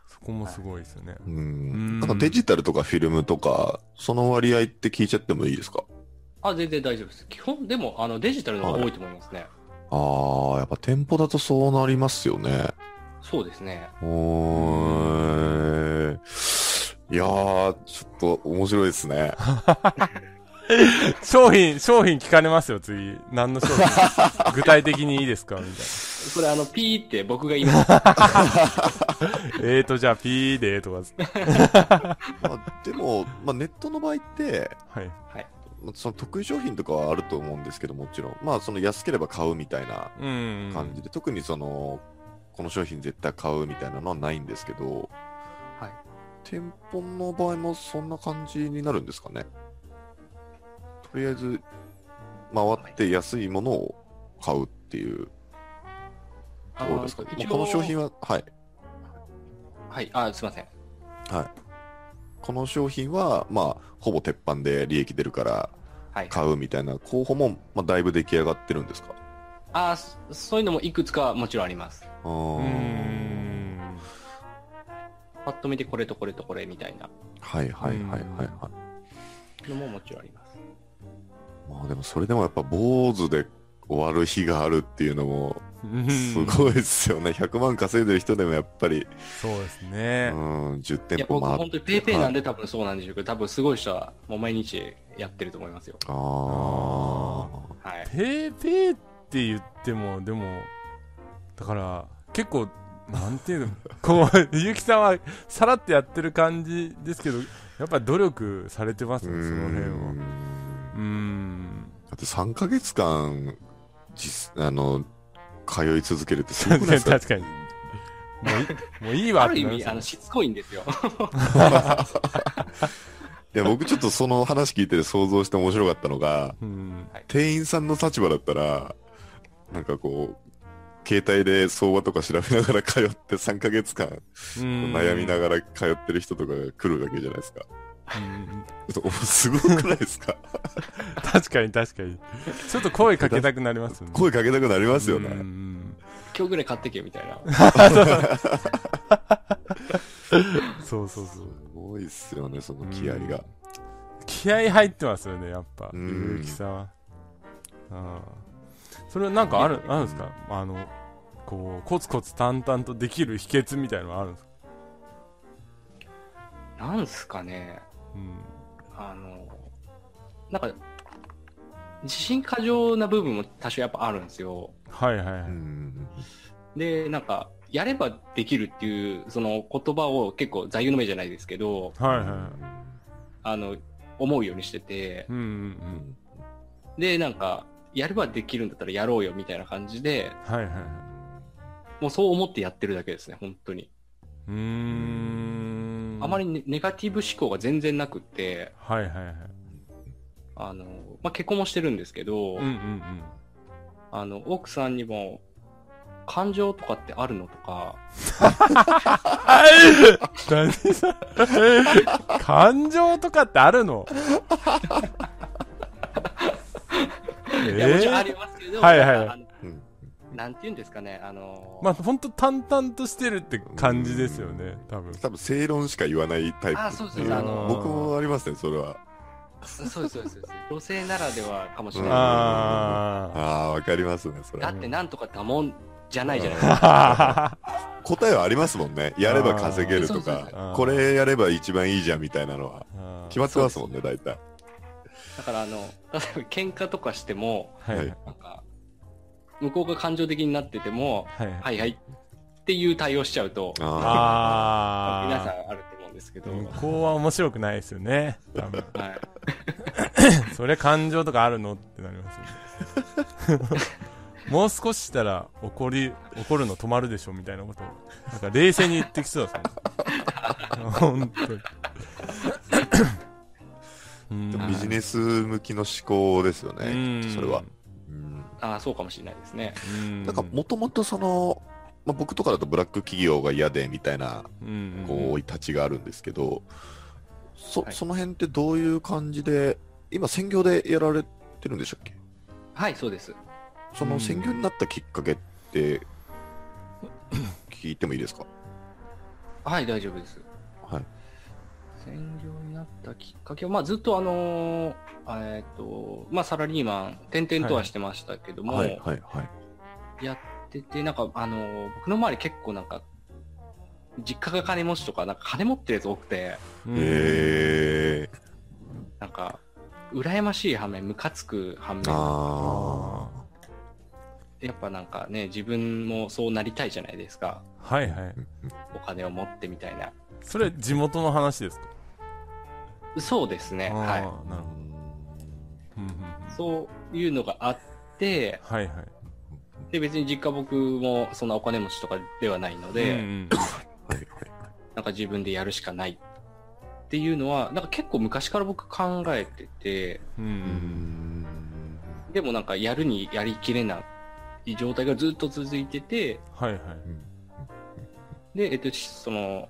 [SPEAKER 2] そこもすごいです
[SPEAKER 1] *laughs*
[SPEAKER 2] よね、
[SPEAKER 1] うんなんかデジタルとかフィルムとかその割合って聞いちゃってもいいですか
[SPEAKER 3] あ全然大丈夫です基本でもあのデジタルの方が多いと思いますね、
[SPEAKER 1] ああやっぱ店舗だとそうなりますよね
[SPEAKER 3] そうですね
[SPEAKER 1] おーいやー、ちょっと面白いです *laughs* ね。
[SPEAKER 2] 商品商品聞かれますよ次何の商
[SPEAKER 1] *laughs*
[SPEAKER 2] 品具体的にいいですかみたい
[SPEAKER 3] それあのピーって僕が今
[SPEAKER 1] *laughs*
[SPEAKER 2] なえーとじゃあピーでとかつって
[SPEAKER 1] まあ、でも、まあ、ネットの場合って、
[SPEAKER 2] はい
[SPEAKER 1] まあその得意商品とかはあると思うんですけどもちろん、まあ、その安ければ買うみたいな
[SPEAKER 2] うん
[SPEAKER 1] 感じで、特にその、この商品絶対買うみたいなのはないんですけど、
[SPEAKER 3] はい
[SPEAKER 1] 店舗の場合もそんな感じになるんですかね。とりあえず、回って安いものを買うっていうところですか、ね。
[SPEAKER 3] あ
[SPEAKER 1] まあこの商品は、はい。
[SPEAKER 3] はいあすいません
[SPEAKER 1] この商品は、まあ、ほぼ鉄板で利益出るから
[SPEAKER 3] はい
[SPEAKER 1] 買うみたいな候補も、まあ、だいぶ出来上がってるんですか
[SPEAKER 3] あそそういうのもいくつかもちろんあります
[SPEAKER 1] う
[SPEAKER 2] う
[SPEAKER 1] ー
[SPEAKER 2] ー
[SPEAKER 1] ん
[SPEAKER 2] ん
[SPEAKER 3] パッと見てこれとこれとこれみたいな
[SPEAKER 1] はいはいはいはいはい
[SPEAKER 3] のももちろんあります
[SPEAKER 1] まあでもそれでもやっぱ坊主で終わる日があるっていうのもす
[SPEAKER 2] い
[SPEAKER 1] ごいですよね、100万稼いでる人でもやっぱり、
[SPEAKER 2] そうです
[SPEAKER 1] う
[SPEAKER 2] ね
[SPEAKER 1] ん、10
[SPEAKER 3] いや
[SPEAKER 1] 店舗
[SPEAKER 3] 僕
[SPEAKER 1] 回
[SPEAKER 3] 本当にペイペイなんで多分そうなんでしょうけど多分すごい人はもう毎日やってると思いますよ
[SPEAKER 1] ああ
[SPEAKER 3] はい
[SPEAKER 2] ペーペーって言ってもでもだから結構なんていうのこうゆうきさんはさらっとやってる感じですけどやっぱり努力されてます
[SPEAKER 1] う
[SPEAKER 2] ねその辺は
[SPEAKER 1] ーん
[SPEAKER 2] うーん
[SPEAKER 1] だって3ヶ月間実あの通い続けるってすごく
[SPEAKER 2] 確
[SPEAKER 1] ない
[SPEAKER 2] か
[SPEAKER 1] で
[SPEAKER 2] に
[SPEAKER 1] すか
[SPEAKER 2] *laughs* 確かにもういもういいわ
[SPEAKER 3] あ
[SPEAKER 2] っ
[SPEAKER 3] る
[SPEAKER 2] て
[SPEAKER 3] 意
[SPEAKER 2] なり
[SPEAKER 3] 味あ
[SPEAKER 2] ま
[SPEAKER 3] の
[SPEAKER 2] す
[SPEAKER 3] しつこいんですよ *laughs*
[SPEAKER 1] いや僕ちょっとその話聞いてて想像して面白かったのが
[SPEAKER 2] うん
[SPEAKER 1] 店員さんの立場だったらなんかこう携帯で相場とか調べながら通って3ヶ月間悩みながら通ってる人とかが来るわけじゃないですか
[SPEAKER 2] うん
[SPEAKER 1] おすごくないです
[SPEAKER 3] *laughs*
[SPEAKER 1] か
[SPEAKER 2] 確かに確かにちょっと声かけたくなりますよね
[SPEAKER 1] 声かけたくなりますよね、
[SPEAKER 2] うんうん
[SPEAKER 3] 今日ぐらい買ってけみたいな
[SPEAKER 2] そうそ
[SPEAKER 1] す
[SPEAKER 2] うそう
[SPEAKER 1] ごいっすよねその気合が、
[SPEAKER 2] 気合入ってますよねやっぱ
[SPEAKER 1] うん
[SPEAKER 2] 結城さんはうんそれはなんかあるあるんですかあのこうコツコツ淡々とできる秘訣みたいのはあるんですか
[SPEAKER 3] なんすかね
[SPEAKER 2] うん
[SPEAKER 3] あのなんか自信過剰な部分も多少やっぱあるんですよ
[SPEAKER 2] はいはいはい
[SPEAKER 1] うん
[SPEAKER 3] でなんかやればできるっていうその言葉を結構座右の銘じゃないですけど
[SPEAKER 2] はいは
[SPEAKER 3] あの思うようにしてて
[SPEAKER 2] いう
[SPEAKER 1] う
[SPEAKER 2] んうんうん
[SPEAKER 1] ん
[SPEAKER 3] でなんかやればできるんだったらやろうよみたいな感じで
[SPEAKER 2] はいはいはい
[SPEAKER 3] もうそう思ってやってるだけですね本当に
[SPEAKER 2] うーん
[SPEAKER 3] あまりネネガティブ思考が全然なくって
[SPEAKER 2] はいはいはい
[SPEAKER 3] ああの、まあ、結婚もしてるんですけど、
[SPEAKER 2] うんうんうん。 *laughs*
[SPEAKER 3] あの、奥さんにも、感情とかってあるのとか、
[SPEAKER 2] 何さ、感情とかってあるの
[SPEAKER 3] いや、もちろんあ
[SPEAKER 2] え
[SPEAKER 3] りますけど、
[SPEAKER 2] はいはい
[SPEAKER 3] なんかあの
[SPEAKER 1] うん
[SPEAKER 3] なんて言うんですかね、あの、
[SPEAKER 2] ー、まあ、ほんと淡々としてるって感じですよね、多分。
[SPEAKER 1] 多分正論しか言わないタイプ
[SPEAKER 3] あそうそう
[SPEAKER 2] そうあの
[SPEAKER 1] 僕もありますねそれは
[SPEAKER 3] そうです、そうです。そうです女性ならではかもしれ
[SPEAKER 1] うん
[SPEAKER 3] な
[SPEAKER 2] あ
[SPEAKER 1] ああわかりますねそれ
[SPEAKER 3] い。だ
[SPEAKER 1] は
[SPEAKER 3] ってなんとかだもんじゃないじゃないですか。
[SPEAKER 2] あ。
[SPEAKER 1] 答えはありますもんねやれば稼げると
[SPEAKER 3] あーそうそ
[SPEAKER 2] そう
[SPEAKER 3] う
[SPEAKER 2] う
[SPEAKER 1] か
[SPEAKER 2] ん
[SPEAKER 1] これやれば一番いいじゃんみたいなのは決まってますもんね
[SPEAKER 3] そ
[SPEAKER 1] 大体
[SPEAKER 3] だからあの、例えば喧嘩とかしても、
[SPEAKER 2] はいはい
[SPEAKER 3] なんか、向こうが感情的になってても、
[SPEAKER 2] はい。
[SPEAKER 3] はいはいっていう対応しちゃうと、
[SPEAKER 2] あ
[SPEAKER 3] 皆さ
[SPEAKER 2] あ。
[SPEAKER 3] んあると思うんですけど、
[SPEAKER 2] 向こうは面白くないですよね。多分
[SPEAKER 3] はい。
[SPEAKER 2] それ感情とかあるのってなりますよね。 *laughs* もう少ししたら怒り、怒るの止まるでしょみたいなことを、なんか冷静に言って
[SPEAKER 1] *laughs*
[SPEAKER 2] きそうですね。本当に。
[SPEAKER 1] ビジネス向きの思考ですよ
[SPEAKER 2] う
[SPEAKER 1] ね
[SPEAKER 2] ん
[SPEAKER 1] それは。うん
[SPEAKER 3] ああ、そうかもしれないですね。
[SPEAKER 2] うん
[SPEAKER 1] なんかもともとそのまあ僕とかだとブラック企業が嫌でみたいな
[SPEAKER 2] うん
[SPEAKER 1] こう生い立ちがあるんですけどそ
[SPEAKER 3] はい
[SPEAKER 1] その辺ってどういう感じで今専業でやられてるんでしたっけ
[SPEAKER 3] はい、そうです。
[SPEAKER 1] そうの
[SPEAKER 2] ん
[SPEAKER 1] 専業になったきっかけって聞いてもいいですか
[SPEAKER 3] はい、大丈夫です。
[SPEAKER 1] はい。
[SPEAKER 3] 専業になったきっかけは、まあ、ずっとあのーえっ、と、まあ、サラリーマン、転々とはしてましたけども、
[SPEAKER 1] はいはいはい。
[SPEAKER 3] やってて、なんか、あのー僕の周り結構なんか、実家が金持ちとか、なんか金持ってるやつ多くて、
[SPEAKER 2] うん
[SPEAKER 1] えー、
[SPEAKER 3] なんか、羨ましい反面、ムカつく反面、
[SPEAKER 1] あ
[SPEAKER 2] あ
[SPEAKER 3] やっぱなんかね、自分もそうなりたいじゃないですか。
[SPEAKER 2] ーはいはい。
[SPEAKER 3] お金を持ってみたいな。
[SPEAKER 2] それ地元の話ですか
[SPEAKER 3] そうですね、
[SPEAKER 2] あ
[SPEAKER 3] は
[SPEAKER 2] ーな
[SPEAKER 3] い。
[SPEAKER 2] るほど。うんうんうん
[SPEAKER 3] そういうのがあって、
[SPEAKER 2] はいはい。
[SPEAKER 3] で、別に実家僕もそんなお金持ちとかではないので、
[SPEAKER 2] うんうん
[SPEAKER 1] あ。はいはい。
[SPEAKER 3] なんか自分でやるしかないっていうのは、なんか結構昔から僕考えてて、
[SPEAKER 1] う
[SPEAKER 2] う
[SPEAKER 1] んん。
[SPEAKER 3] でもなんかやるにやりきれない状態がずっと続いてて、
[SPEAKER 2] はいはい。
[SPEAKER 3] で、えっと、その、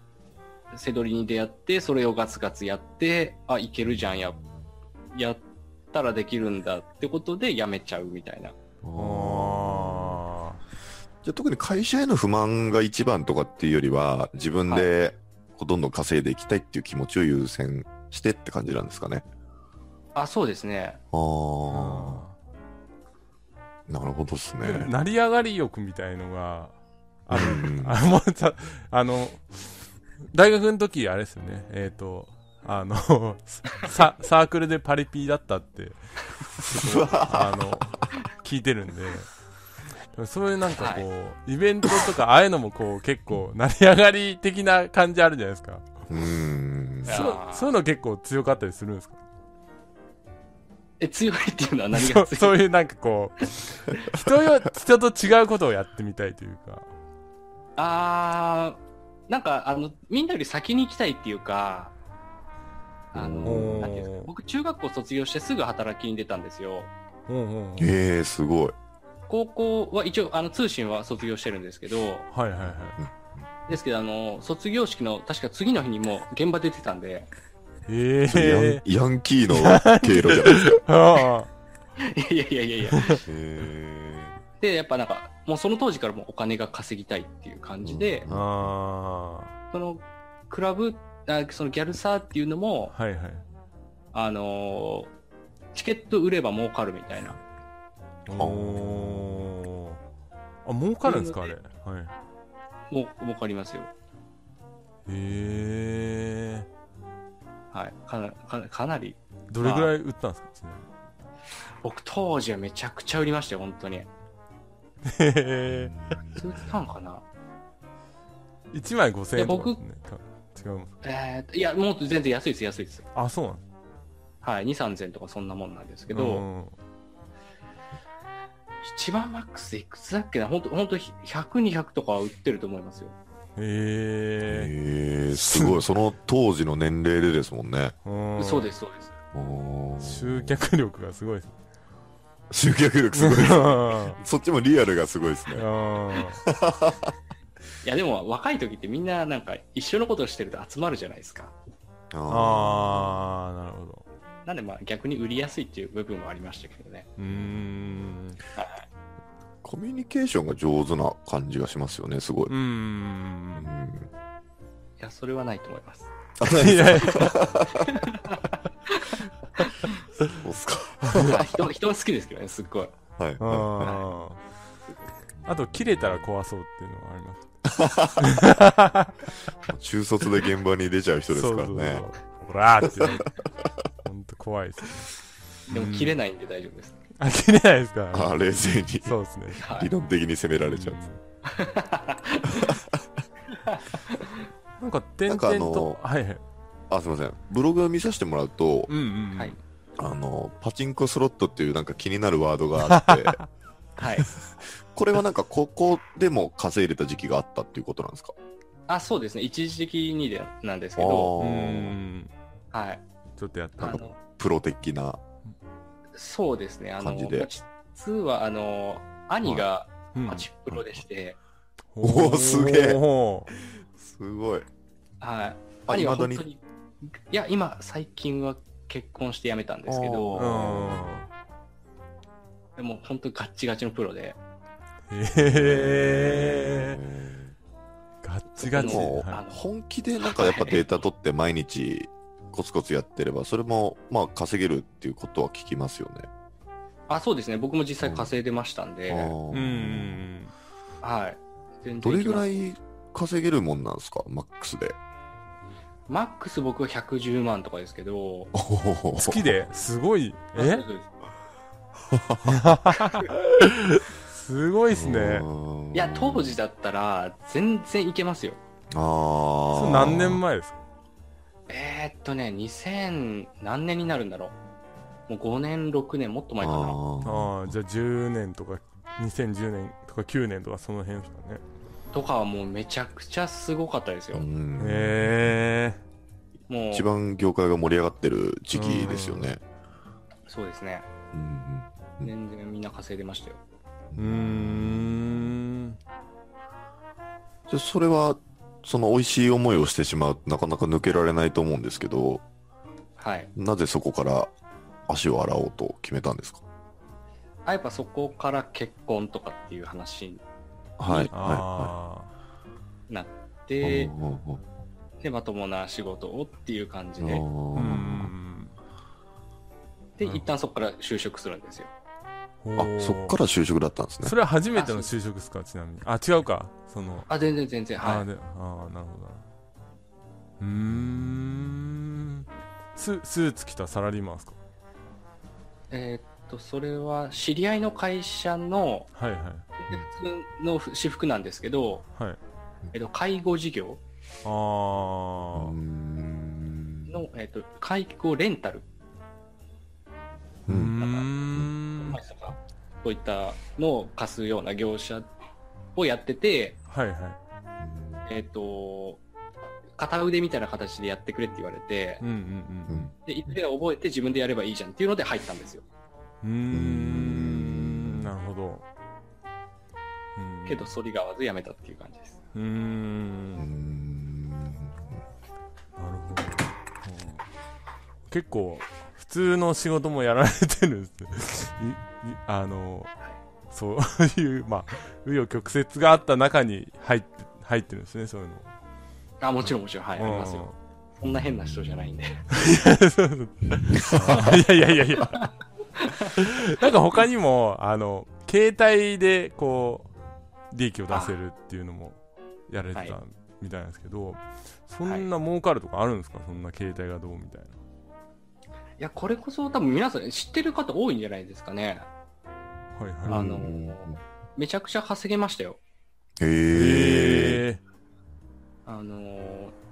[SPEAKER 3] セドリに出会って、それをガツガツやって、あ、いけるじゃん、や、やったらできるんだってことでやめちゃうみたいな。
[SPEAKER 2] あ
[SPEAKER 1] じゃあ特に会社への不満が一番とかっていうよりは、自分でこうどんどん稼いでいきたいっていう気持ちを優先してって感じなんですかね。
[SPEAKER 3] あ、そうですね。
[SPEAKER 1] あ
[SPEAKER 2] ー
[SPEAKER 1] あ。
[SPEAKER 2] あ
[SPEAKER 1] なるほどっすね。
[SPEAKER 2] ー。成り上がり欲みたいのが、ある
[SPEAKER 1] うん
[SPEAKER 2] あもうさあの、大学の時、あれですよね、えっ、と、あの、 *laughs* ササークルでパリピだったって、ちょっとあの、聞いてるんで、でもそういうなんかこう、イベントとか、ああいうのもこう、結構、成り上がり的な感じあるじゃないですか。
[SPEAKER 1] うん。
[SPEAKER 3] や
[SPEAKER 2] そう
[SPEAKER 3] ー
[SPEAKER 2] そういうの結構強かったりするんですか
[SPEAKER 3] え、強いっていうのは何
[SPEAKER 2] そ
[SPEAKER 3] が
[SPEAKER 2] うそう
[SPEAKER 3] 強い
[SPEAKER 2] いうなんかこう、人よ、人と違うことをやってみたいというか。
[SPEAKER 3] あー、なんか、あの、みんなより先に行きたいっていうか、あ
[SPEAKER 1] お
[SPEAKER 3] の、
[SPEAKER 2] ー
[SPEAKER 3] なんていうんですか、僕、中学校卒業してすぐ働きに出たんですよ。
[SPEAKER 2] うんうんうん。
[SPEAKER 1] ええー、すごい。
[SPEAKER 3] 高校は一応、あの、通信は卒業してるんですけど、
[SPEAKER 2] はいはいはい。
[SPEAKER 3] ですけど、あの、卒業式の、確か次の日にもう現場出てたんで、
[SPEAKER 2] え
[SPEAKER 1] それヤン
[SPEAKER 2] え
[SPEAKER 1] ヤンキーの経路じゃないですか。
[SPEAKER 2] ー。 *laughs* あ
[SPEAKER 3] いやいやいやいや。
[SPEAKER 1] え
[SPEAKER 3] で、やっぱなんか、もうその当時からもうお金が稼ぎたいっていう感じで
[SPEAKER 2] あ。、あ
[SPEAKER 3] その、クラブ、あそのギャルサーっていうのも、
[SPEAKER 2] あ。はいはい。
[SPEAKER 3] あのーチケット売れば儲かるみたいな。
[SPEAKER 2] おーあ、儲かるんですかあれ。はい。
[SPEAKER 3] もう、儲かりますよ。
[SPEAKER 2] ええ
[SPEAKER 3] はい。かなかなかなり。
[SPEAKER 2] ー。どれぐらい売ったんですかちな
[SPEAKER 3] 僕当時はめちゃくちゃ売りましたよ、本当に。
[SPEAKER 2] みに
[SPEAKER 1] ー
[SPEAKER 2] へえ
[SPEAKER 3] いつ売ったんかな
[SPEAKER 2] *laughs* ー。1枚5000円とか
[SPEAKER 3] いや僕
[SPEAKER 2] ですね。た違うもん。
[SPEAKER 3] えー、いや、もう全然安いです、安いです。
[SPEAKER 2] あ、そうなんで
[SPEAKER 3] はい。2、3000とかそんなもんなんです
[SPEAKER 2] す
[SPEAKER 3] けど、
[SPEAKER 2] うん
[SPEAKER 3] 一番マックスでいくつだっけな本当本当100、200とかは売ってると思いますよ。
[SPEAKER 2] え
[SPEAKER 1] えー、すごい。その当時の年齢でですもんね。
[SPEAKER 2] えー。。
[SPEAKER 3] そうですす、そうです。
[SPEAKER 1] おー
[SPEAKER 2] 集客力がすごいですね
[SPEAKER 1] 集客力すごい。 *laughs*
[SPEAKER 2] *laughs* うん
[SPEAKER 1] そっちもリアルがすごいですね。
[SPEAKER 2] うん
[SPEAKER 3] いやでも若い時ってみんななんか一緒のことをしてると集まるじゃないですか。
[SPEAKER 1] あ
[SPEAKER 2] ああなるほど
[SPEAKER 3] なんでまあ逆に売りやすいっていう部分もありましたけどね。
[SPEAKER 2] うーん
[SPEAKER 1] ーコミュニケーションが上手な感じがしますよね、すごい。
[SPEAKER 2] うー
[SPEAKER 1] うんん
[SPEAKER 3] いや、それはないと思い
[SPEAKER 1] *laughs*
[SPEAKER 3] ます。
[SPEAKER 2] いやい
[SPEAKER 1] そうっすか。
[SPEAKER 3] まあ人人は好きですけどね、すっごい。
[SPEAKER 1] はい。
[SPEAKER 2] やうんあと切れたら怖そうっていうのはあります
[SPEAKER 1] 中卒で現場に出ちゃう人ですからね。
[SPEAKER 2] ほらーってね本当怖いですね
[SPEAKER 3] でも切れないんで大丈夫です。
[SPEAKER 2] あ切れないですから、
[SPEAKER 1] ああ、冷静に。
[SPEAKER 2] そうですね
[SPEAKER 3] は
[SPEAKER 1] 理論的に攻められちゃう。
[SPEAKER 2] うんなんか点
[SPEAKER 1] なん
[SPEAKER 2] 々
[SPEAKER 1] かあの
[SPEAKER 2] とはいはい
[SPEAKER 1] あ、すいません。ブログを見させてもらうと、
[SPEAKER 2] うんうんうん、
[SPEAKER 3] い。はい。
[SPEAKER 1] あの、パチンコスロットっていうなんか気になるワードがあって、
[SPEAKER 3] はい、
[SPEAKER 1] これはなんかここでも稼いでた時期があったっていうことなんですか
[SPEAKER 3] あ、そうですね。一時的にでなんですけ
[SPEAKER 1] あ
[SPEAKER 2] う
[SPEAKER 3] ど、
[SPEAKER 2] ー
[SPEAKER 1] ー
[SPEAKER 2] ん
[SPEAKER 3] はい。
[SPEAKER 2] ちょっとやった
[SPEAKER 3] あ
[SPEAKER 2] ら
[SPEAKER 3] の、
[SPEAKER 1] プロ的な。
[SPEAKER 3] そうですね。あの
[SPEAKER 1] 感じで、
[SPEAKER 3] 実はあの、兄が
[SPEAKER 2] うん
[SPEAKER 3] パチプロでして、
[SPEAKER 1] おーすげえ
[SPEAKER 2] お
[SPEAKER 1] すごい。
[SPEAKER 3] はい。
[SPEAKER 1] あ
[SPEAKER 3] 兄
[SPEAKER 1] 未だ
[SPEAKER 3] は本
[SPEAKER 1] に
[SPEAKER 3] 当に、いや、今、最近は結婚して辞めたんですけ
[SPEAKER 2] ーう
[SPEAKER 3] ど、
[SPEAKER 2] ん
[SPEAKER 3] でも本当ガッチガチのプロで、
[SPEAKER 2] へえガッチガチ、
[SPEAKER 1] でも
[SPEAKER 2] は
[SPEAKER 1] 本気でなんかやっぱデータ取って毎日コツコツやってれば、それもまあ稼げるっていうことは聞きますよね。
[SPEAKER 3] あ、そうですね。僕も実際稼いでましたんで、
[SPEAKER 1] あ
[SPEAKER 2] い
[SPEAKER 1] ー
[SPEAKER 2] うんうんうん
[SPEAKER 3] はい。全然
[SPEAKER 1] どれぐ
[SPEAKER 3] い
[SPEAKER 1] ら
[SPEAKER 3] けます
[SPEAKER 1] い稼げるもんなんですかマックスで。
[SPEAKER 3] マックス僕は110万とかですけど、
[SPEAKER 1] 好
[SPEAKER 2] 月ですごいえ
[SPEAKER 3] そうです
[SPEAKER 2] すごいっすね
[SPEAKER 3] いや、当時だったら、全然いけますよ。
[SPEAKER 1] あ
[SPEAKER 2] そ
[SPEAKER 1] ー
[SPEAKER 2] れ何年前ですか
[SPEAKER 3] えー、っとね、2000、何年になるんだろう。もう5年、6年、もっと前か
[SPEAKER 1] あ
[SPEAKER 3] な。
[SPEAKER 1] ー
[SPEAKER 2] ああじゃあ10年とか2010年とか9年とかその辺ですかね
[SPEAKER 3] とかはもうめちゃくちゃすごかったですよ。
[SPEAKER 1] うん
[SPEAKER 2] へ
[SPEAKER 3] もう、
[SPEAKER 1] 一番業界が盛り上がってる時期ですよね。
[SPEAKER 3] そうですね。
[SPEAKER 1] うんうん
[SPEAKER 3] 全然みんな稼いでましたよ。
[SPEAKER 2] えうーん
[SPEAKER 1] じゃあそれは、その美味しい思いをしてしまうとなかなか抜けられないと思うんですけど、
[SPEAKER 3] はい。
[SPEAKER 1] なぜそこから足を洗おうと決めたんですか
[SPEAKER 3] あ、やっぱそこから結婚とかっていう話に
[SPEAKER 1] はい。は
[SPEAKER 2] あ
[SPEAKER 3] なっ
[SPEAKER 1] い。
[SPEAKER 3] て、
[SPEAKER 1] うんうんうん
[SPEAKER 3] で、まともな仕事をっていう感じ
[SPEAKER 1] あ
[SPEAKER 3] で、
[SPEAKER 2] あ
[SPEAKER 1] ー
[SPEAKER 2] うん
[SPEAKER 3] で、
[SPEAKER 2] うん
[SPEAKER 3] 一旦そこから就職するんですよ。
[SPEAKER 2] ほ
[SPEAKER 1] あ
[SPEAKER 2] ー
[SPEAKER 1] そっから就職だったんですね
[SPEAKER 2] そ。れは初めての就職ですかちなみにあ違うかその
[SPEAKER 3] あ、全然全然、
[SPEAKER 2] あ
[SPEAKER 3] は
[SPEAKER 2] あ
[SPEAKER 3] い。
[SPEAKER 2] でああなるほどうーんススーツ着たサラリーマンですか
[SPEAKER 3] えーっと、それは知り合いの会社の、
[SPEAKER 2] はいはい
[SPEAKER 3] で普通の私服なんですけど、
[SPEAKER 2] はい
[SPEAKER 3] えっと、介護事業
[SPEAKER 2] あ
[SPEAKER 1] う
[SPEAKER 2] あ
[SPEAKER 1] ーん
[SPEAKER 3] の、えっと、介護レンタル、
[SPEAKER 1] う
[SPEAKER 2] うんーん
[SPEAKER 3] まあそういったのを貸すような業者をやってて、
[SPEAKER 2] はいはい
[SPEAKER 3] えっと、片腕みたいな形でやってくれって言われて
[SPEAKER 2] うん、うん
[SPEAKER 1] う
[SPEAKER 2] うん
[SPEAKER 1] ん
[SPEAKER 3] で、いくら覚えて自分でやればいいじゃんっていうので入ったんですよ。
[SPEAKER 2] うーんなるほどうん
[SPEAKER 3] けど、反りが合わず辞めたっていう感じです。
[SPEAKER 2] うーん
[SPEAKER 1] うー
[SPEAKER 2] なる
[SPEAKER 1] ん
[SPEAKER 2] ほど、うん結構普通の仕事もやられてるんですねいいあのそういうまあ紆余曲折があった中に入って入ってるんですねそういうの
[SPEAKER 3] あ、もちろんもちろん、はい、ありますよ。そんな変な人じゃないんで。
[SPEAKER 2] うんいやいやいやいやなんか他にもあの携帯でこう利益を出せるっていうのもやれてたみたいなんですけど、そんな儲かるとかあるんですかそんな携帯がどうみたいない
[SPEAKER 3] や、これこそ多分皆さん知ってる方多いんじゃないですかね。
[SPEAKER 2] はいはい
[SPEAKER 3] あの
[SPEAKER 1] うん
[SPEAKER 3] めちゃくちゃ稼げましたよ。
[SPEAKER 1] へえ。
[SPEAKER 2] え
[SPEAKER 3] あのー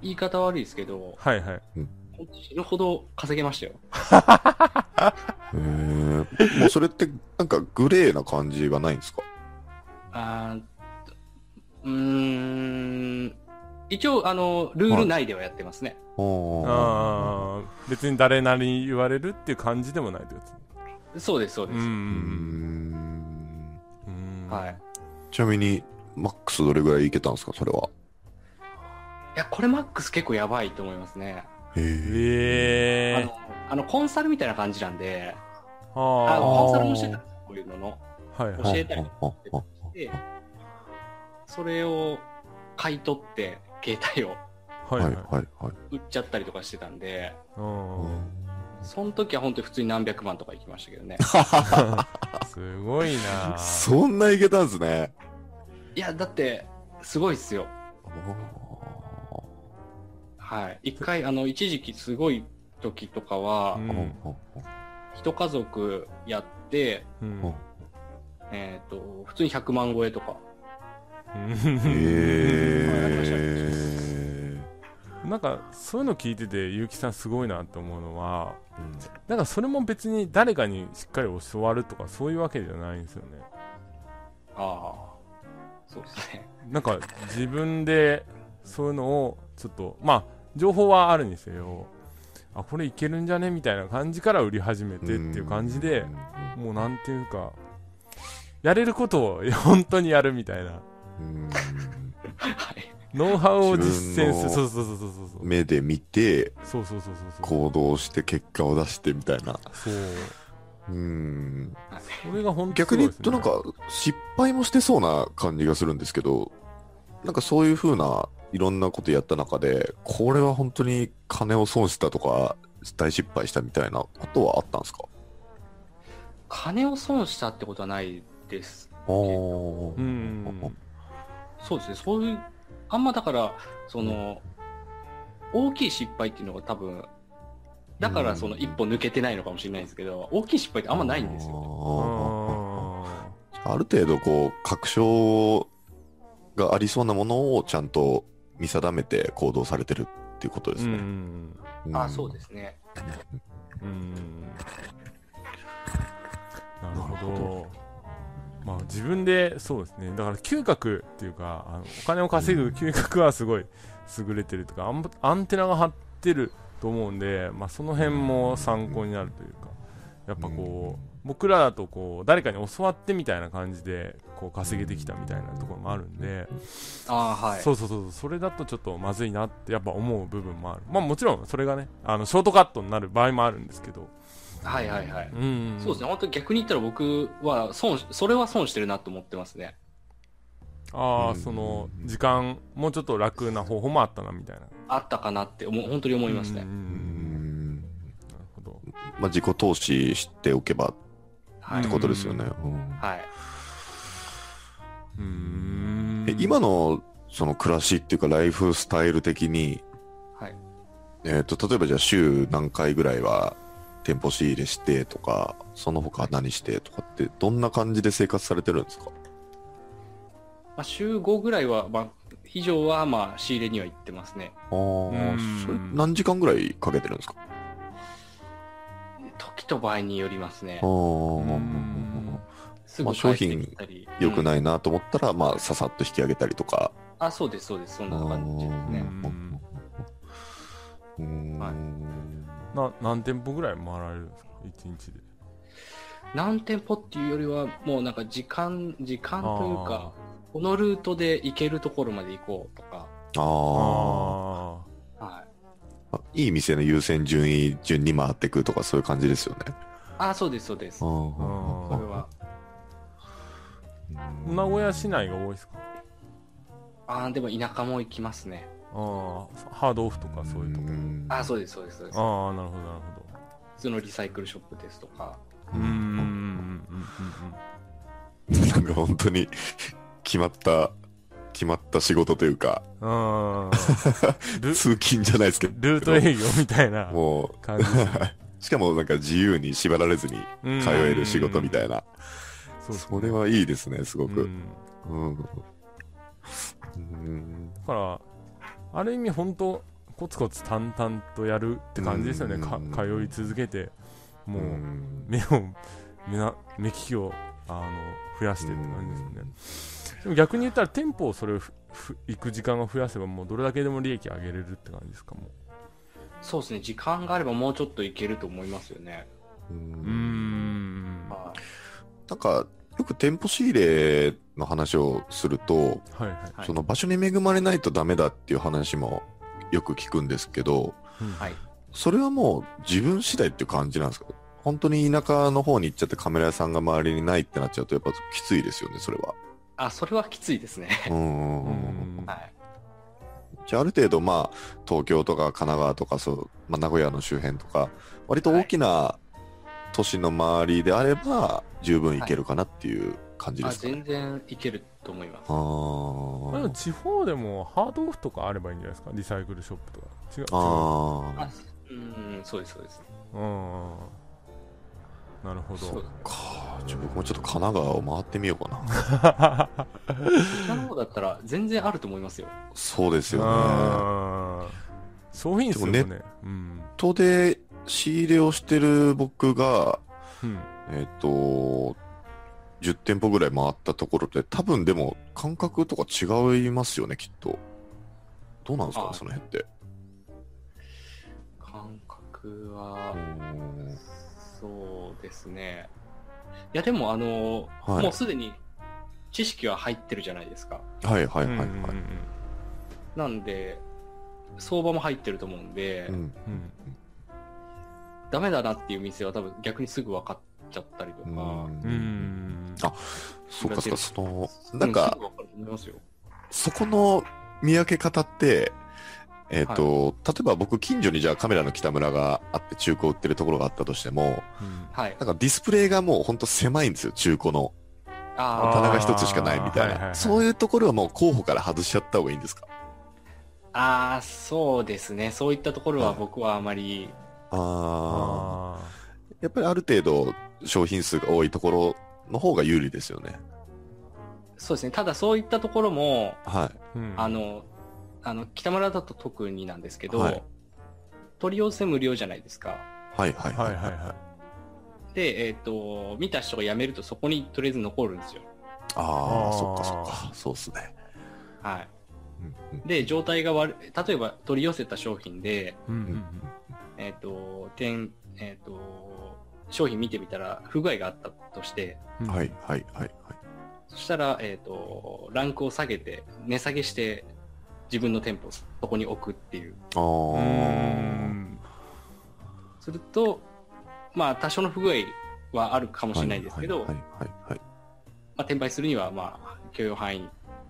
[SPEAKER 3] 言い方悪いですけど、
[SPEAKER 2] ー、はいはい
[SPEAKER 3] 本当に死ぬほど稼げましたよ。
[SPEAKER 1] へーもうそれってなんかグレーな感じはないんですか
[SPEAKER 3] あーうーん、一応、あの、ルール内ではやってますね。
[SPEAKER 1] おー
[SPEAKER 2] あー別に誰なりに言われるっていう感じでもないってこと
[SPEAKER 3] そうです、そうで
[SPEAKER 2] う
[SPEAKER 3] す。
[SPEAKER 1] うー
[SPEAKER 2] ん
[SPEAKER 1] ん
[SPEAKER 2] うん
[SPEAKER 3] はい。
[SPEAKER 1] ちなみに、マックスどれぐらいいけたんですか、それは。
[SPEAKER 3] いや、これマックス結構やばいと思いますね。
[SPEAKER 1] へえ。
[SPEAKER 3] あ
[SPEAKER 2] ええ
[SPEAKER 3] の、あのコンサルみたいな感じなんで、あの
[SPEAKER 2] は
[SPEAKER 3] コンサルもしてたんですよこういうのの。
[SPEAKER 2] あはいは
[SPEAKER 3] 教
[SPEAKER 2] い
[SPEAKER 3] えたり
[SPEAKER 1] ああああ
[SPEAKER 3] で、それを買い取って、携帯を
[SPEAKER 2] は
[SPEAKER 1] は
[SPEAKER 2] いはいい
[SPEAKER 1] はいはい。
[SPEAKER 3] 売っちゃったりとかしてたんで、
[SPEAKER 2] うん
[SPEAKER 3] その時は本当に普通に何百万とかいきましたけど
[SPEAKER 2] *laughs*
[SPEAKER 3] ね。
[SPEAKER 2] すごいなぁ
[SPEAKER 1] そんないけたんですね。
[SPEAKER 3] いや、だって、すごいっすよ。
[SPEAKER 1] おー
[SPEAKER 3] はい。一回、あの、一時期すごい時とかは、
[SPEAKER 2] う
[SPEAKER 1] うん
[SPEAKER 2] ん
[SPEAKER 3] 一家族やって、
[SPEAKER 2] うん
[SPEAKER 1] うん
[SPEAKER 3] えっ、と、普通に100万超えとか。
[SPEAKER 1] へ
[SPEAKER 2] なんかそういうの聞いてて結城さんすごいなと思うのは
[SPEAKER 1] ーうん
[SPEAKER 2] なんかそれも別に誰かにしっかり教わるとかそういうわけじゃないんですよね
[SPEAKER 3] ああ。そうですね。
[SPEAKER 2] なんか自分でそういうのをちょっとまあ情報はあるにせよあこれいけるんじゃねみたいな感じから売り始めてっていう感じでもうなんていうかやれることを本当にやるみたいな
[SPEAKER 1] うん
[SPEAKER 3] はい。
[SPEAKER 2] ノウハウを実践する
[SPEAKER 1] 自分の
[SPEAKER 2] そうそうそうそうそう
[SPEAKER 1] 目で見て
[SPEAKER 2] そうそうそうそうそう
[SPEAKER 1] 行動して結果を出してみたいな
[SPEAKER 2] そう
[SPEAKER 1] うん
[SPEAKER 2] それが本当
[SPEAKER 1] 逆に言うとなんか失敗もしてそうな感じがするんですけどなんかそういう風ないろんなことやった中でこれは本当に金を損したとか大失敗したみたいなことはあったんですか
[SPEAKER 3] 金を損したってことはないです。
[SPEAKER 1] あー
[SPEAKER 2] う
[SPEAKER 1] うん
[SPEAKER 2] ん
[SPEAKER 3] そうですね。そういう、あんまだから、その、大きい失敗っていうのが多分、だからその一歩抜けてないのかもしれないんですけど、大きい失敗ってあんまないんですよ。
[SPEAKER 1] よある程度こう確証がありそうなものをちゃんと見定めて行動されてるっていうことです
[SPEAKER 2] う
[SPEAKER 1] ね。。
[SPEAKER 2] ん
[SPEAKER 3] ああ、そうですすね。
[SPEAKER 2] うんな
[SPEAKER 1] な
[SPEAKER 2] る
[SPEAKER 1] る
[SPEAKER 2] ほ
[SPEAKER 1] ほ
[SPEAKER 2] どまあ自分でそうですねだから嗅覚っていうかあのお金を稼ぐ嗅覚はすごい優れてるとかアンアンテナが張ってると思うんで、まあ、その辺も参考になるというかやっぱこう僕らだとこう誰かに教わってみたいな感じでこう稼げてきたみたいなところもあるんで、
[SPEAKER 3] ああ、はい。
[SPEAKER 2] そうそうそうそうそれだとちょっとまずいなってやっぱ思う部分もあるまあもちろんそれがねあのショートカットになる場合もあるんですけど
[SPEAKER 3] はいはいはい。
[SPEAKER 2] うん
[SPEAKER 3] そうですね。本当に逆に言ったら僕は損し、それは損してるなと思ってますね。
[SPEAKER 2] ああ、
[SPEAKER 1] うん
[SPEAKER 2] その時間もうちょっと楽な方法もあったなみたいな
[SPEAKER 3] あったかなって、もう本当に思います
[SPEAKER 2] う
[SPEAKER 3] ね
[SPEAKER 2] ん。
[SPEAKER 1] う
[SPEAKER 2] なる
[SPEAKER 1] ん
[SPEAKER 2] ほど
[SPEAKER 1] まあ自己投資しておけば
[SPEAKER 3] は
[SPEAKER 1] っ
[SPEAKER 3] い
[SPEAKER 1] て。ことですよね。
[SPEAKER 3] はい。
[SPEAKER 1] う
[SPEAKER 2] うー
[SPEAKER 1] ん
[SPEAKER 2] ん
[SPEAKER 1] え今のその暮らしっていうかライフスタイル的に、
[SPEAKER 3] はい。
[SPEAKER 1] えっと例えばじゃあ週何回ぐらいは店舗仕入れしてとかその他何してとかってどんな感じで生活されてるんですか
[SPEAKER 3] まあ、週5ぐらいは、まあ、以上は、まあ、仕入れには行ってますね。
[SPEAKER 1] ああ
[SPEAKER 2] うん
[SPEAKER 1] それ何時間ぐらいかけてるんですか
[SPEAKER 3] 時と場合によりますね
[SPEAKER 1] あ。
[SPEAKER 2] うー
[SPEAKER 1] ー
[SPEAKER 2] ん
[SPEAKER 3] す
[SPEAKER 1] ま
[SPEAKER 3] ぐ
[SPEAKER 1] あ
[SPEAKER 3] 帰
[SPEAKER 1] 商
[SPEAKER 3] って
[SPEAKER 1] 品
[SPEAKER 3] きたり。
[SPEAKER 1] 良く
[SPEAKER 3] い、
[SPEAKER 1] ないなと思ったら、まあ、ささっと引き上げたりとか。
[SPEAKER 3] あ、そうです、そうです。そんな感じですね。
[SPEAKER 2] ん
[SPEAKER 1] うーん
[SPEAKER 3] はい
[SPEAKER 2] な何店舗ぐらい回られるんですか一日で
[SPEAKER 3] 何店舗っていうよりは、もうなんか時間、時間というか、このルートで行けるところまで行こうとか、
[SPEAKER 1] あ
[SPEAKER 2] あ
[SPEAKER 3] はい。
[SPEAKER 1] あ。いい店の優先順位順に回っていくとか、そういう感じですよね。
[SPEAKER 3] あ、そうです、そうです。
[SPEAKER 1] あ
[SPEAKER 3] そ
[SPEAKER 2] ー
[SPEAKER 3] れ
[SPEAKER 1] ー
[SPEAKER 3] は。
[SPEAKER 2] あ名古屋市内が多いですか
[SPEAKER 3] あー、でも田舎も行きますね。
[SPEAKER 2] ああハードオフとかそういうとこ
[SPEAKER 1] ん
[SPEAKER 3] あ、そうです、そうです、そうです。
[SPEAKER 2] ああなるほどなるほど
[SPEAKER 3] 普通のリサイクルショップですとか。
[SPEAKER 2] うんうんうんうんうん
[SPEAKER 1] なんか本当に決まった、決まった仕事というか、
[SPEAKER 2] うん。ル
[SPEAKER 1] 通勤じゃないですけど。
[SPEAKER 2] ルート営業みたいな
[SPEAKER 1] も
[SPEAKER 2] 感 *laughs* じ。
[SPEAKER 1] う、しかもなんか自由に縛られずに
[SPEAKER 2] うん
[SPEAKER 1] 通える仕事みたいな。
[SPEAKER 2] そうそう
[SPEAKER 1] それはいいですね、すご
[SPEAKER 2] う
[SPEAKER 1] く。
[SPEAKER 2] ん
[SPEAKER 1] うん。うん
[SPEAKER 2] だから、ある意味本当、コツコツ淡々とやるって感じですよね。か
[SPEAKER 1] うん
[SPEAKER 2] 通い続けて、も
[SPEAKER 1] う
[SPEAKER 2] うん目を、目な目利きを、あの、増やしてって感じですよね。でも逆に言ったら店舗をそれをふふ行く時間が増やせばもうどれだけでも利益上げれるって感じですかもう
[SPEAKER 3] そうですね、時間があればもうちょっといけると思いますよね。
[SPEAKER 1] う
[SPEAKER 2] うー
[SPEAKER 1] ん
[SPEAKER 2] んは
[SPEAKER 3] はい
[SPEAKER 1] なんか、よく店舗仕入れの話をすると、
[SPEAKER 2] いはい、
[SPEAKER 3] はい
[SPEAKER 1] その場所に恵まれないとダメだっていう話もよく聞くんですけど、
[SPEAKER 2] うん
[SPEAKER 3] はい
[SPEAKER 1] それはもう自分次第っていう感じなんですか本当に田舎の方に行っちゃってカメラ屋さんが周りにないってなっちゃうとやっぱきついですよね、それ *laughs* は。
[SPEAKER 3] あ、それはきついですね。
[SPEAKER 1] うんうんうんうん。
[SPEAKER 2] うん
[SPEAKER 3] はい。
[SPEAKER 1] じゃあある程度まあ東京とか神奈川とかそう、まあ、名古屋の周辺とか割と大きな都市の周りであれば十分いけるかなっていう感じで
[SPEAKER 3] あ
[SPEAKER 1] すかね。
[SPEAKER 3] 全然いけると思います。
[SPEAKER 1] あ
[SPEAKER 2] まあでも
[SPEAKER 1] ー
[SPEAKER 2] 地方でもハードオフとかあればいいんじゃないですかリサイクルショップとか違う違う
[SPEAKER 1] あ
[SPEAKER 3] あうん、そうです、そうです。
[SPEAKER 2] うんなるほ
[SPEAKER 3] そう
[SPEAKER 2] ど
[SPEAKER 1] ーかちょ僕もちょっと神奈川を回ってみようかな
[SPEAKER 3] 北の方だったら全然あると思いますよ。
[SPEAKER 1] そうですよね
[SPEAKER 2] あー商品数もね
[SPEAKER 1] でも
[SPEAKER 2] うん
[SPEAKER 1] 人で仕入れをしてる僕が
[SPEAKER 2] うん
[SPEAKER 1] えっ、と10店舗ぐらい回ったところで多分でも感覚とか違いますよねきっとどうなんですかね
[SPEAKER 3] あ
[SPEAKER 1] その辺って
[SPEAKER 3] 感覚は
[SPEAKER 1] う、ん
[SPEAKER 3] そうですね。いや、でも、あの、
[SPEAKER 1] はい
[SPEAKER 3] もうすでに知識は入ってるじゃないですか。
[SPEAKER 1] はいはい
[SPEAKER 2] うん
[SPEAKER 1] はい
[SPEAKER 2] うんう
[SPEAKER 1] は
[SPEAKER 2] ん
[SPEAKER 1] い。
[SPEAKER 3] なんで、相場も入ってると思うんで、
[SPEAKER 1] うん
[SPEAKER 2] うん
[SPEAKER 3] ダメだなっていう店は多分逆にすぐ分かっちゃったりとか、
[SPEAKER 1] うん
[SPEAKER 2] うん
[SPEAKER 1] あそうかそうか、その、
[SPEAKER 3] う
[SPEAKER 1] なんか
[SPEAKER 3] すぐ、分かると思いますよ。
[SPEAKER 1] そこの見分け方って、えっ、と、例えば僕、近所にじゃあカメラの北村があって、中古売ってるところがあったとしても、
[SPEAKER 2] うん
[SPEAKER 3] はい
[SPEAKER 1] な。んかディスプレイがもうほんと狭いんですよ、中古の。
[SPEAKER 3] あ
[SPEAKER 1] 棚が一つしかないみたい
[SPEAKER 2] あーはいはいは
[SPEAKER 1] な。
[SPEAKER 2] い
[SPEAKER 1] そういうところはもう候補から外しちゃった方がいいんですか
[SPEAKER 3] ーあー、そうですね。そういったところは僕はあまり、
[SPEAKER 1] ああ。
[SPEAKER 2] あ
[SPEAKER 1] やっぱりある程度、商品数が多いところの方が有利ですよね。
[SPEAKER 3] そうですね。ただそういったところも、
[SPEAKER 1] はい。
[SPEAKER 2] ーうん
[SPEAKER 3] あの、あの、北村だと特になんですけど、
[SPEAKER 1] はい
[SPEAKER 3] 取り寄せ無料じゃないですか。
[SPEAKER 1] はいはい
[SPEAKER 2] は
[SPEAKER 1] はいい。
[SPEAKER 2] はいはい
[SPEAKER 3] で、えっ、と、見た人が辞めるとそこにとりあえず残るんですよ。
[SPEAKER 1] あ
[SPEAKER 2] あ
[SPEAKER 1] あ、
[SPEAKER 2] ー
[SPEAKER 1] そっかそっか。そうっすね。
[SPEAKER 3] は
[SPEAKER 1] うんうん
[SPEAKER 3] い。で、状態が悪い、例えば取り寄せた商品で、
[SPEAKER 2] うんうん
[SPEAKER 3] えっ、と、点、えっ、と、商品見てみたら不具合があったとして、
[SPEAKER 2] うん
[SPEAKER 1] はいはいはいはい。
[SPEAKER 3] そしたら、えっ、と、ランクを下げて、値下げして、自分の店舗をそこに置くっていう。
[SPEAKER 1] あ
[SPEAKER 2] う
[SPEAKER 1] ー
[SPEAKER 2] ん
[SPEAKER 3] すると、まあ、多少の不具合はあるかもしれないですけど、
[SPEAKER 1] はいはいはいはい
[SPEAKER 3] まあ、転売するには、まあ、許容範囲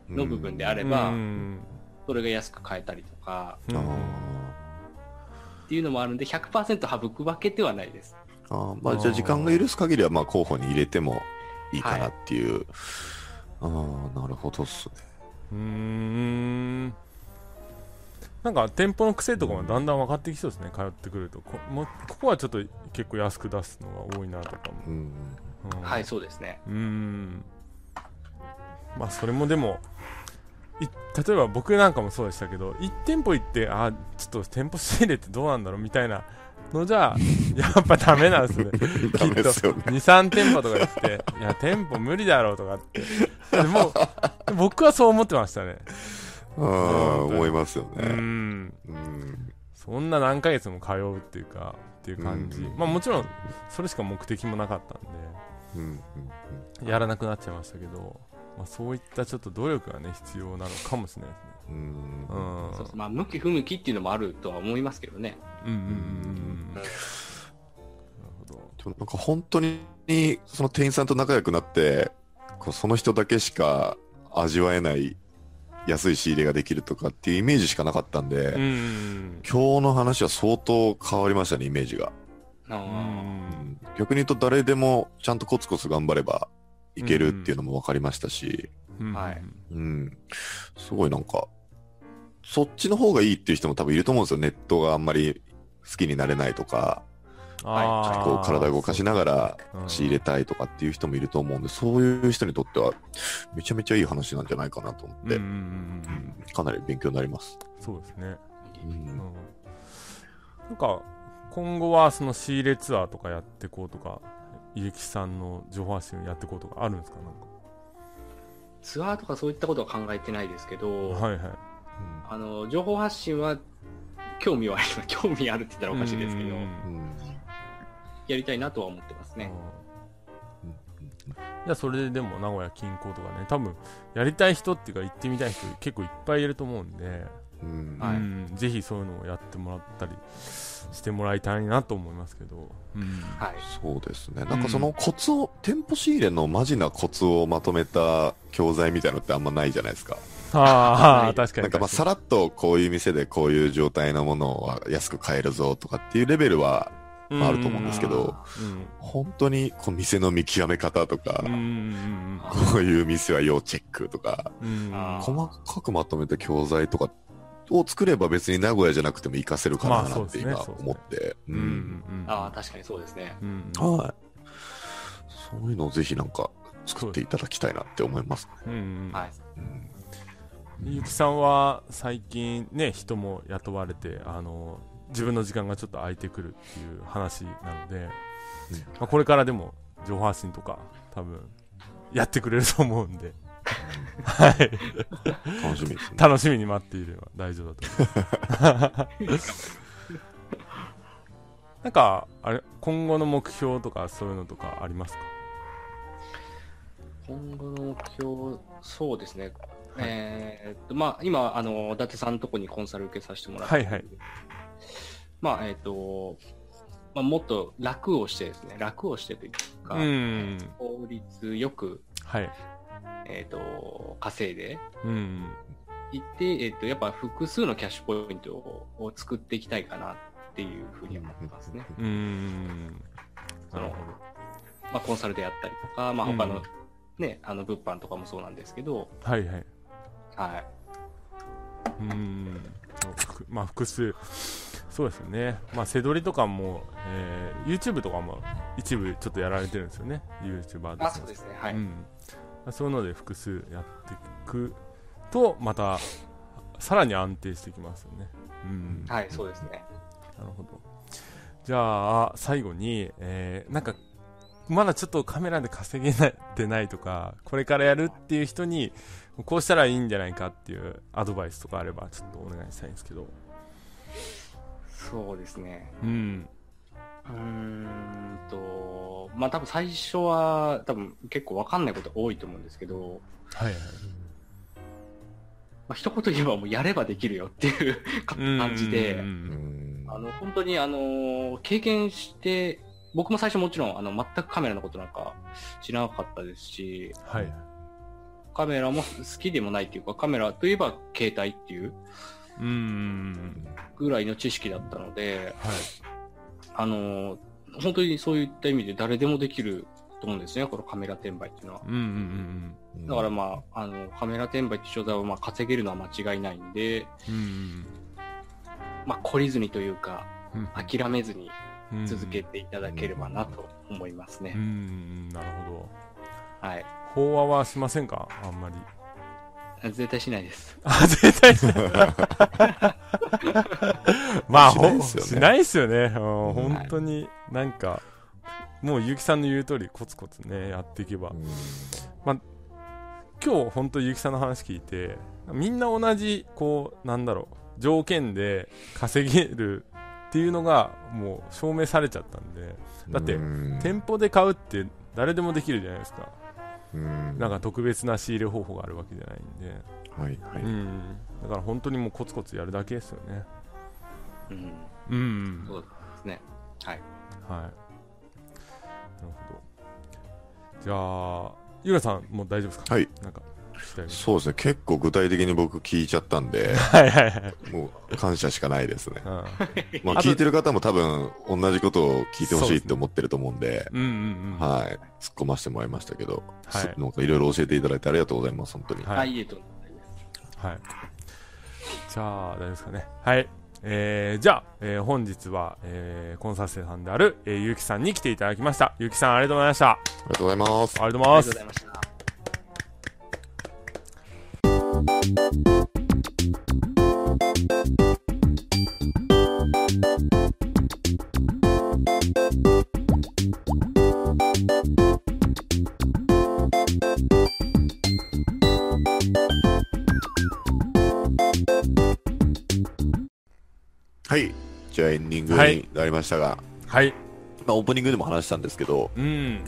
[SPEAKER 3] の部分であれば、
[SPEAKER 2] うん
[SPEAKER 3] それが安く買えたりとか
[SPEAKER 2] うん
[SPEAKER 1] あ
[SPEAKER 3] っていうのもあるんで、100%省くわけではないです。
[SPEAKER 1] ーあーまあじゃあ時間が許す限りはまあ候補に入れてもいいかなっていう、ああなるほどっすね
[SPEAKER 2] うーんなんか店舗の癖とかもだんだん分かってきそうですね通ってくるとこもうここはちょっと結構安く出すのが多いなとかも、
[SPEAKER 1] うん
[SPEAKER 2] うん
[SPEAKER 3] はい、そうですね。
[SPEAKER 2] うーんまあそれもでもい例えば僕なんかもそうでしたけど1店舗行ってあーちょっと店舗仕入れってどうなんだろうみたいなの
[SPEAKER 1] *laughs*
[SPEAKER 2] じゃやっぱダメなんですね
[SPEAKER 1] ダメですよね
[SPEAKER 2] 23店舗とか行っていや店舗無理だろうとかってでも僕はそう思ってましたね
[SPEAKER 1] ああ思いますよ
[SPEAKER 2] う
[SPEAKER 1] ね
[SPEAKER 2] ん
[SPEAKER 1] うん
[SPEAKER 2] そんな何ヶ月も通うっていうかっていう感じ
[SPEAKER 1] うん
[SPEAKER 2] まあもちろんそれしか目的もなかったん
[SPEAKER 1] うんうん
[SPEAKER 2] でやらなくなっちゃいましたけど、まあ、そういったちょっと努力がね必要なのかもしれないですね
[SPEAKER 1] うんうん
[SPEAKER 2] う
[SPEAKER 3] そうんそうまあ、向き不向きっていうのもあるとは思いますけどね。
[SPEAKER 2] うんうんうんうんなるほど
[SPEAKER 1] でもなんか本当にその店員さんと仲良くなってこうその人だけしか味わえない安い仕入れができるとかっていうイメージしかなかったんで、
[SPEAKER 2] うんうん
[SPEAKER 1] 今日の話は相当変わりましたねイメージが
[SPEAKER 3] あ
[SPEAKER 2] う
[SPEAKER 3] ー
[SPEAKER 2] ん
[SPEAKER 1] 逆に言うと誰でもちゃんとコツコツ頑張ればいけるっていうのも分かりましたし、
[SPEAKER 2] うん
[SPEAKER 3] はい
[SPEAKER 1] うん、すごいなんか、そっちの方がいいっていう人も多分いると思うんですよ。ネットがあんまり好きになれないとか、
[SPEAKER 2] あー
[SPEAKER 1] こう体を動かしながら
[SPEAKER 2] うん
[SPEAKER 1] 仕入れたいとかっていう人もいると思うんで、そういう人にとってはめちゃめちゃいい話なんじゃないかなと思って、
[SPEAKER 2] うんうんうんうんうん
[SPEAKER 1] かなり勉強になります。
[SPEAKER 2] そうですね
[SPEAKER 1] うん
[SPEAKER 2] なんか今後はその仕入れツアーとかやってこうとか結城さんの情報発信をやってこうとかあるんですかなんか
[SPEAKER 3] ツアーとかそういったことは考えてないですけど、
[SPEAKER 2] はいはい。
[SPEAKER 3] あの情報発信は興味はあります *laughs* 興味あるって言ったらおかしいですけど
[SPEAKER 2] うん
[SPEAKER 1] うんうん
[SPEAKER 3] やりたいなとは思ってますね、
[SPEAKER 2] じゃあそれででも名古屋近郊とかね多分やりたい人っていうか行ってみたい人結構いっぱいいると思うんで、
[SPEAKER 1] うん
[SPEAKER 3] はい
[SPEAKER 2] うんぜひそういうのをやってもらったりしてもらいたいなと思いますけど、うん
[SPEAKER 3] はい
[SPEAKER 1] そうですねなんかそのコツを、店舗仕入れのマジなコツをまとめた教材みたいなのってあんまないじゃないですか
[SPEAKER 2] あ
[SPEAKER 3] は
[SPEAKER 2] あ
[SPEAKER 3] い
[SPEAKER 2] 確か
[SPEAKER 1] な
[SPEAKER 2] に
[SPEAKER 1] んかまあ
[SPEAKER 2] 確か
[SPEAKER 1] さらっとこういう店でこういう状態のものは安く買えるぞとかっていうレベルは
[SPEAKER 2] に
[SPEAKER 1] まああると思うんですけど
[SPEAKER 2] うん
[SPEAKER 1] 本当にこう店の見極め方とか、
[SPEAKER 2] うんうん
[SPEAKER 1] こういう店は要チェックとか
[SPEAKER 2] うんうん
[SPEAKER 3] あー
[SPEAKER 1] 細かくまとめた教材とかを作れば別に名古屋じゃなくても活かせるかな
[SPEAKER 2] まあ
[SPEAKER 1] な
[SPEAKER 2] そうんで
[SPEAKER 1] て
[SPEAKER 2] すね
[SPEAKER 1] 今思って、
[SPEAKER 2] うん
[SPEAKER 1] う
[SPEAKER 2] うんんうん
[SPEAKER 3] ああ確かにそうですね
[SPEAKER 2] うん
[SPEAKER 1] はい。そういうのをぜひなんか作っていただきたいなって思います。
[SPEAKER 2] うんうん
[SPEAKER 3] はい
[SPEAKER 1] うん
[SPEAKER 2] ゆきさんは最近ね人も雇われてあの自分の時間がちょっと空いてくるっていう話なので、まあ、これからでも情報発信とか多分やってくれると思うんではい
[SPEAKER 1] 楽しみですね。
[SPEAKER 2] 楽しみに待っていれば大丈夫だと思いますなんかあれ今後の目標とかそういうのとかありますか
[SPEAKER 3] 今後の目標そうですね、えーっとまあ今あの伊達さんのとこにコンサル受けさせてもらってるんで、
[SPEAKER 2] はい
[SPEAKER 3] まあえーっと、まあ、もっと楽をしてですね楽をしてというか、
[SPEAKER 2] うん
[SPEAKER 3] 効率よく、
[SPEAKER 2] はい
[SPEAKER 3] えーっと稼いで
[SPEAKER 2] うん
[SPEAKER 3] 行って、えっと、やっぱ複数のキャッシュポイントを作っていきたいかなっていうふうに思ってますね。
[SPEAKER 2] うん
[SPEAKER 3] そのまあ、コンサルであったりとか、まあ、他の、
[SPEAKER 2] うん
[SPEAKER 3] ね、あの、物販とかもそうなんですけど、
[SPEAKER 2] はいはい
[SPEAKER 3] はい。
[SPEAKER 2] うーん、ふくまあ複数、そうですよね、まあ、せどりとかも、えー、YouTube とかも一部ちょっとやられてるんですよね、YouTuber
[SPEAKER 3] あ、そうですね。はい。
[SPEAKER 2] うんまあ、そういうので複数やっていくと、またさらに安定してきますよね。うん、
[SPEAKER 3] はい、そうですね。
[SPEAKER 2] なるほど。じゃあ、最後に、えーなんか、まだちょっとカメラで稼げないてないとか、これからやるっていう人に、こうしたらいいんじゃないかっていうアドバイスとかあれば、ちょっとお願いしたいんですけど。
[SPEAKER 3] そうですね。
[SPEAKER 2] うん。
[SPEAKER 3] うーんと、まあ、多分最初は、多分結構わかんないこと多いと思うんですけど、
[SPEAKER 2] はいはい。
[SPEAKER 3] まあ、一言言えばもうやればできるよっていう *laughs* 感じで、
[SPEAKER 1] うん
[SPEAKER 3] あの、本当にあの、経験して、僕も最初もちろん、あの、全くカメラのことなんか知らなかったですし、
[SPEAKER 2] はい。
[SPEAKER 3] カメラも好きでもないっていうか、カメラといえば携帯っていう
[SPEAKER 2] うん。
[SPEAKER 3] ぐらいの知識だったので、
[SPEAKER 2] はい。
[SPEAKER 3] あの、本当にそういった意味で誰でもできると思うんですね、このカメラ転売っていうのは。
[SPEAKER 2] うんうん
[SPEAKER 3] だからまあ、あの、カメラ転売って商材をまあ稼げるのは間違いないんで、
[SPEAKER 2] うんうん。
[SPEAKER 3] まあ、懲りずにというか、
[SPEAKER 2] うん。
[SPEAKER 3] 諦めずに
[SPEAKER 2] うん
[SPEAKER 3] 続けていただければなと思います
[SPEAKER 2] うんう
[SPEAKER 3] ね。
[SPEAKER 2] ん。なるほ
[SPEAKER 3] はい。
[SPEAKER 2] ど。法話はしませんかあんまり。
[SPEAKER 3] 絶対しないです。
[SPEAKER 2] あ、絶対しない。まあ、
[SPEAKER 1] しない
[SPEAKER 2] ほ
[SPEAKER 1] っ
[SPEAKER 2] ん
[SPEAKER 1] すよね
[SPEAKER 2] しないっすよね。うん
[SPEAKER 1] ん
[SPEAKER 2] 本当に、なんか、もう、ゆきさんの言う通り、コツコツね、やっていけば
[SPEAKER 1] う。ん
[SPEAKER 2] 今日、本当ゆきさんの話聞いて、みんな同じ、こう、なんだろう、条件で稼げるっていうのが、もう、証明されちゃったんで、だって
[SPEAKER 1] うん
[SPEAKER 2] 店舗で買うって誰でもできるじゃないですか。
[SPEAKER 1] うん
[SPEAKER 2] なんか特別な仕入れ方法があるわけじゃないんで。
[SPEAKER 1] はいはい、
[SPEAKER 2] うん。だから本当にもうコツコツやるだけですよね。
[SPEAKER 3] うん。
[SPEAKER 2] うん
[SPEAKER 3] そうですね。はい。
[SPEAKER 2] はい。なるほど。じゃあ、ゆうらさん、もう大丈夫ですか
[SPEAKER 1] はい。
[SPEAKER 2] なんか、聞きたいこと
[SPEAKER 1] そうですね結構具体的に僕聞いちゃったん
[SPEAKER 2] *laughs*
[SPEAKER 1] で
[SPEAKER 2] はいはいはい。
[SPEAKER 1] もう感謝しかないです
[SPEAKER 2] *laughs*
[SPEAKER 1] ね、まあ、
[SPEAKER 2] あと
[SPEAKER 1] 聞いてる方も多分同じことを聞いてほしいって思ってると思うんで
[SPEAKER 2] うん。うんうんうん。は
[SPEAKER 1] はい突っ込ませてもらいましたけど、
[SPEAKER 2] はい
[SPEAKER 1] すなんかいろいろ教えていただいてありがとうございます本当に、
[SPEAKER 2] はい
[SPEAKER 3] あ、いいえと思います。
[SPEAKER 2] はい。じゃあ、大丈夫ですかね。はい。えー、じゃあ、えー本日は、えー、コンサル生さんである、えー、ゆうきさんに来ていただきました。ゆうきさん、ありがとうございました。あ
[SPEAKER 1] ありがとうございます
[SPEAKER 2] りがとうござい
[SPEAKER 3] あ
[SPEAKER 2] ま
[SPEAKER 3] りがとう
[SPEAKER 2] す
[SPEAKER 3] ござ。いました。
[SPEAKER 1] じゃあエンディング
[SPEAKER 2] はい
[SPEAKER 1] になりましたが、
[SPEAKER 2] はい。
[SPEAKER 1] まあ、オープニングでも話したんですけど、
[SPEAKER 2] うん。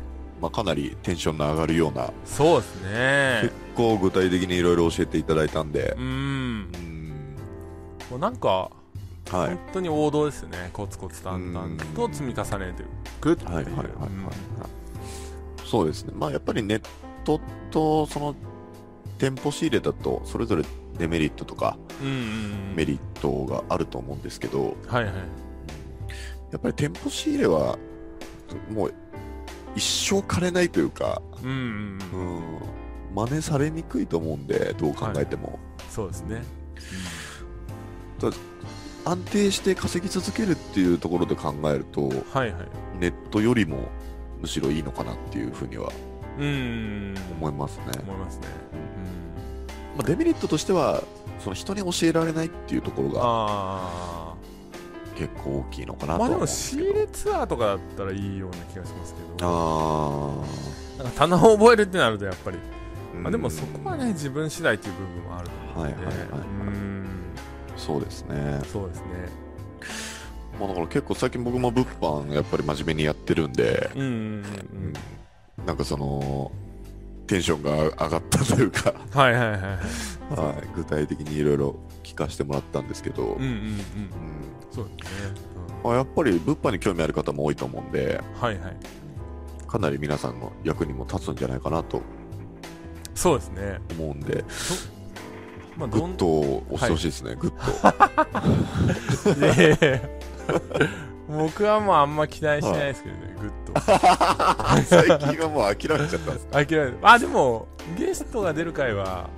[SPEAKER 1] まあ、かなりテンションの上がるような、
[SPEAKER 2] そうですね
[SPEAKER 1] 結。構具体的にいろいろ教えていただいたんで
[SPEAKER 2] う、ん
[SPEAKER 1] う。ん、
[SPEAKER 2] もうなんか、
[SPEAKER 1] はい
[SPEAKER 2] 本、当に王道ですね。コツコツ淡々と積み重ねていくっていう。
[SPEAKER 1] はいはいはいはいはい、
[SPEAKER 2] うん
[SPEAKER 1] そうですねまあやっぱりネットとその店舗仕入れだとそれぞれデメリットとか
[SPEAKER 2] うんうんう
[SPEAKER 1] メリットがあると思うんですけど
[SPEAKER 2] ん。はいはい。
[SPEAKER 1] やっぱり店舗仕入れはもう一生枯れないというか、
[SPEAKER 2] うんうん
[SPEAKER 1] う
[SPEAKER 2] うん。
[SPEAKER 1] ん、真似されにくいと思うんでどう考えても、
[SPEAKER 2] そうですね。
[SPEAKER 1] 安定して稼ぎ続けるっていうところで考えると
[SPEAKER 2] はいはい。
[SPEAKER 1] ネットよりもむしろいいのかなっていうふうには
[SPEAKER 2] うんうんうん。
[SPEAKER 1] 思いますね、
[SPEAKER 2] 思いますね。うん。
[SPEAKER 1] まあ、デメリットとしてはその人に教えられないっていうところが
[SPEAKER 2] あ
[SPEAKER 1] 結構大きいのか
[SPEAKER 2] あ。
[SPEAKER 1] なと
[SPEAKER 2] ま
[SPEAKER 1] は
[SPEAKER 2] あで
[SPEAKER 1] 思うん
[SPEAKER 2] も
[SPEAKER 1] で
[SPEAKER 2] 仕
[SPEAKER 1] す
[SPEAKER 2] 入
[SPEAKER 1] け
[SPEAKER 2] れ
[SPEAKER 1] ど
[SPEAKER 2] ツアーとかだったらいいような気がしますけど。
[SPEAKER 1] あ
[SPEAKER 2] なんか棚を覚えるってなるとやっぱり、
[SPEAKER 1] ー
[SPEAKER 2] まあ、でもそこはね自分次第っていう部分はあると思うので、
[SPEAKER 1] はいはいはいはい
[SPEAKER 2] うん
[SPEAKER 1] そうですね、
[SPEAKER 2] そうですね
[SPEAKER 1] まあ、だから結構最近僕も物販やっぱり真面目にやってるんで、
[SPEAKER 2] うんうん
[SPEAKER 1] う
[SPEAKER 2] うんうん
[SPEAKER 1] ん、なんかそのテンションが上がったというか、
[SPEAKER 2] はいはい *laughs* はいはい
[SPEAKER 1] はい、具体的にいろいろ聞かせてもらったんですけど、
[SPEAKER 2] うんうんうん
[SPEAKER 1] うん
[SPEAKER 2] そうですね、
[SPEAKER 1] まあ、やっぱり物販に興味ある方も多いと思うんで
[SPEAKER 2] うん、はいはい
[SPEAKER 1] かなり皆さんの役にも立つんじゃないかなと
[SPEAKER 2] そうですね
[SPEAKER 1] 思うんで
[SPEAKER 2] まあ
[SPEAKER 1] グ
[SPEAKER 2] どん
[SPEAKER 1] ッと押してほしいですね、グッと。
[SPEAKER 2] いやいやいや *laughs* 僕はもうあんま期待しないですけどね、グッと
[SPEAKER 1] 最近はもう諦めちゃったんです。
[SPEAKER 2] 諦めあでもゲストが出る回は
[SPEAKER 1] は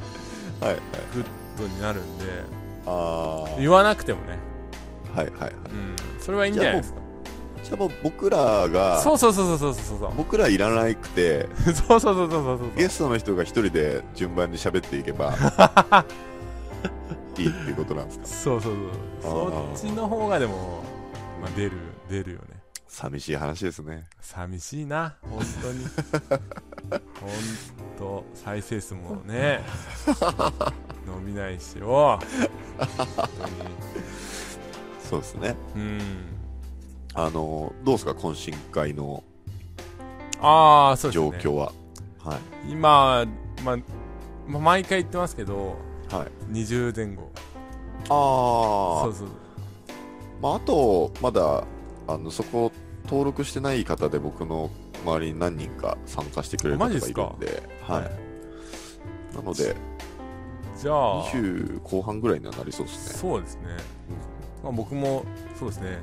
[SPEAKER 1] いはい。
[SPEAKER 2] グッとになるんで
[SPEAKER 1] ああ。はい
[SPEAKER 2] 言わなくてもね、
[SPEAKER 1] はいはい。
[SPEAKER 2] うん、それはいいんじゃないですか
[SPEAKER 1] じゃあもう僕らが、
[SPEAKER 2] そうそうそうそうそうそうそう
[SPEAKER 1] 僕らいらなくて、
[SPEAKER 2] そうそうそうそうそうそう
[SPEAKER 1] ゲストの人が一人で順番に喋っていけ
[SPEAKER 2] *laughs*
[SPEAKER 1] ば、いいっていうことなんですか。
[SPEAKER 2] そうそうそう
[SPEAKER 1] あー
[SPEAKER 2] そっちの方がでも、まあ、出る出るよね
[SPEAKER 1] 寂しい話ですね。
[SPEAKER 2] 寂しいな本当
[SPEAKER 1] *laughs*
[SPEAKER 2] に本当再生数も
[SPEAKER 1] *laughs*
[SPEAKER 2] ね伸びないしよ本
[SPEAKER 1] そうですね。
[SPEAKER 2] 当にうん
[SPEAKER 1] あの、どうですか、懇親会の
[SPEAKER 2] ああそうです
[SPEAKER 1] 状
[SPEAKER 2] ね
[SPEAKER 1] 況は。はい。
[SPEAKER 2] 今、まあ、まあ毎回言ってますけど
[SPEAKER 1] はい。
[SPEAKER 2] 20前後
[SPEAKER 1] あ
[SPEAKER 2] そ
[SPEAKER 1] あ
[SPEAKER 2] う。そう
[SPEAKER 1] まあ、あと、まだ、あの、そこ、登録してない方で僕の周りに何人か参加してくれる方がいるんで、
[SPEAKER 2] マジ
[SPEAKER 1] はい。なので、
[SPEAKER 2] じゃあ
[SPEAKER 1] 20後半ぐらいにはなりそうですね。
[SPEAKER 2] そうですね、まあ、僕もそうですね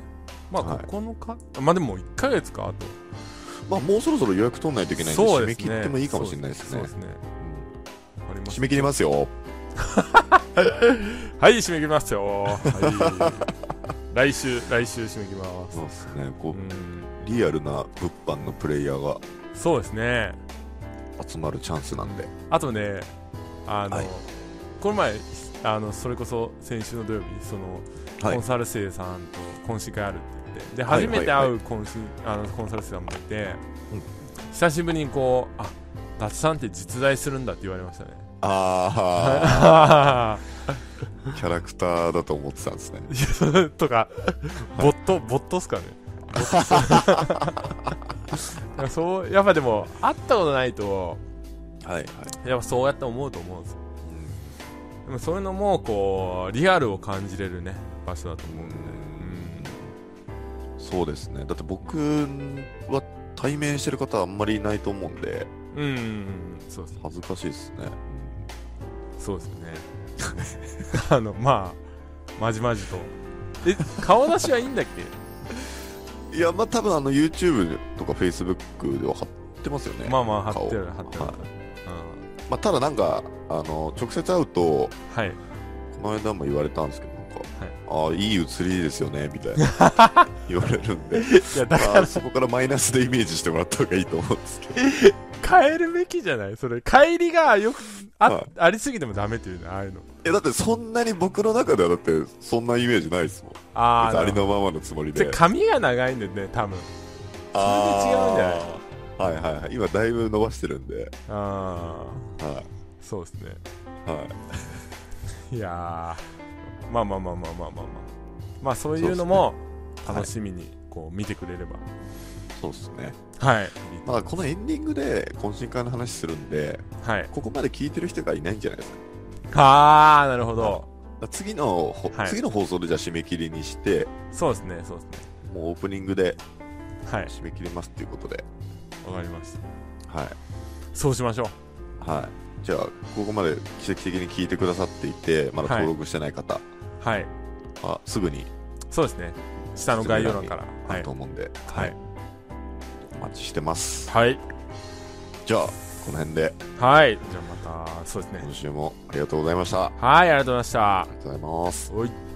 [SPEAKER 2] まあ
[SPEAKER 1] はい
[SPEAKER 2] 9日、まあでも1ヶ月かあと
[SPEAKER 1] まあ、もうそろそろ予約取んないといけないんで、
[SPEAKER 2] そ
[SPEAKER 1] 締
[SPEAKER 2] うで
[SPEAKER 1] め
[SPEAKER 2] す
[SPEAKER 1] 切ってもいいかもしれないです
[SPEAKER 2] そ
[SPEAKER 1] ね
[SPEAKER 2] うで。す
[SPEAKER 1] う
[SPEAKER 2] ね。
[SPEAKER 1] ん
[SPEAKER 2] わかりまし
[SPEAKER 1] 締め切りますよ。
[SPEAKER 2] たはい、締め切りますよ。はい。来週、来週締め切ります。
[SPEAKER 1] そうですね。こ
[SPEAKER 2] う
[SPEAKER 1] う、
[SPEAKER 2] ん。
[SPEAKER 1] リアルな物販のプレイヤーが
[SPEAKER 2] そうですね。
[SPEAKER 1] 集まるチャンスなんで。
[SPEAKER 2] あとね、あの、
[SPEAKER 1] はい
[SPEAKER 2] この前、あの、それこそ先週の土曜日、その、
[SPEAKER 1] は
[SPEAKER 2] コン
[SPEAKER 1] い。
[SPEAKER 2] サル生さんと懇親会あるって言って、で、
[SPEAKER 1] はい
[SPEAKER 2] 初めて会う懇親、あの、コンサル生さんもいて、
[SPEAKER 1] うん
[SPEAKER 2] 久しぶりにこう、あ、達さんって実在するんだって言われました
[SPEAKER 1] *laughs*
[SPEAKER 2] ね。
[SPEAKER 1] あー、キャラクターだと思ってたんですね。
[SPEAKER 2] いやとか、ボット、ボットっすかね。ボットそう、やっぱでも、会ったことないと、
[SPEAKER 1] はいはい。
[SPEAKER 2] やっぱそうやって思うと思うんですよ。でもそういうのも、こう、リアルを感じれるね、場所だと思うんで。
[SPEAKER 1] そうですね。だって僕は対面してる方はあんまりいないと思うんで、
[SPEAKER 2] うん、うんうんうん、そうです。
[SPEAKER 1] 恥ずかしいですね。
[SPEAKER 2] そうですよね。 *laughs* あの、まあ、まじまじと。え、顔出しはいいんだっけ
[SPEAKER 1] いや、まあ多分あの YouTube とか Facebook では貼ってますよね。
[SPEAKER 2] まあまあ、貼ってある、
[SPEAKER 1] 顔
[SPEAKER 2] 貼ってあ
[SPEAKER 1] は
[SPEAKER 2] る
[SPEAKER 1] い。まあ、ただなんか、あの、直接会うと、
[SPEAKER 2] はい。はい
[SPEAKER 1] この間も言われたんですけど、なんか、ああ、いい写りですよね、みたいな
[SPEAKER 2] *laughs*
[SPEAKER 1] 言われるんで、
[SPEAKER 2] いや、だから
[SPEAKER 1] まあ、そこからマイナスでイメージしてもらった方がいいと思うんですけど。
[SPEAKER 2] 変えるべきじゃないそれ帰りがよくあ,、
[SPEAKER 1] はい
[SPEAKER 2] ありすぎてもダメっていうねああいうの
[SPEAKER 1] え、だってそんなに僕の中ではだって、そんなイメージないですもん。
[SPEAKER 2] あ
[SPEAKER 1] 別にありのままのつもり
[SPEAKER 2] じ
[SPEAKER 1] で。
[SPEAKER 2] ゃ髪が長いんだよね多分それで違うんじ
[SPEAKER 1] あーはいはいはい。今だいぶ伸ばしてるんで、
[SPEAKER 2] あ
[SPEAKER 1] は
[SPEAKER 2] あそうですね
[SPEAKER 1] い。はい。
[SPEAKER 2] いやーまあまあまあまあまあまあまあまあそういうのも楽しみにこう見てくれれば
[SPEAKER 1] そうですね。
[SPEAKER 2] はい、
[SPEAKER 1] まあ、このエンディングで懇親会の話するんで、
[SPEAKER 2] はい
[SPEAKER 1] ここまで聞いてる人がいないんじゃないですか。
[SPEAKER 2] ああなるほど
[SPEAKER 1] だから次のほ、
[SPEAKER 2] はい
[SPEAKER 1] 次の放送でじゃあ締め切りにして、
[SPEAKER 2] そうですねそうですね
[SPEAKER 1] もうオープニングで
[SPEAKER 2] はい
[SPEAKER 1] 締め切りますということで、
[SPEAKER 2] わかりました
[SPEAKER 1] はい。
[SPEAKER 2] そうしましょう
[SPEAKER 1] はい。じゃあ、ここまで奇跡的に聞いてくださっていて、まだ登録してない方、
[SPEAKER 2] はい
[SPEAKER 1] あすぐに
[SPEAKER 2] そうですね下の概要欄から
[SPEAKER 1] あ
[SPEAKER 2] は
[SPEAKER 1] る
[SPEAKER 2] い
[SPEAKER 1] と思うんで、
[SPEAKER 2] はい
[SPEAKER 1] お待ちしてます。
[SPEAKER 2] はい
[SPEAKER 1] じゃあ、この辺で
[SPEAKER 2] はいじゃあまたそうですね
[SPEAKER 1] 今週もありがとうございました。あ
[SPEAKER 2] はいありがとうございました
[SPEAKER 1] りがとうございます。
[SPEAKER 2] おい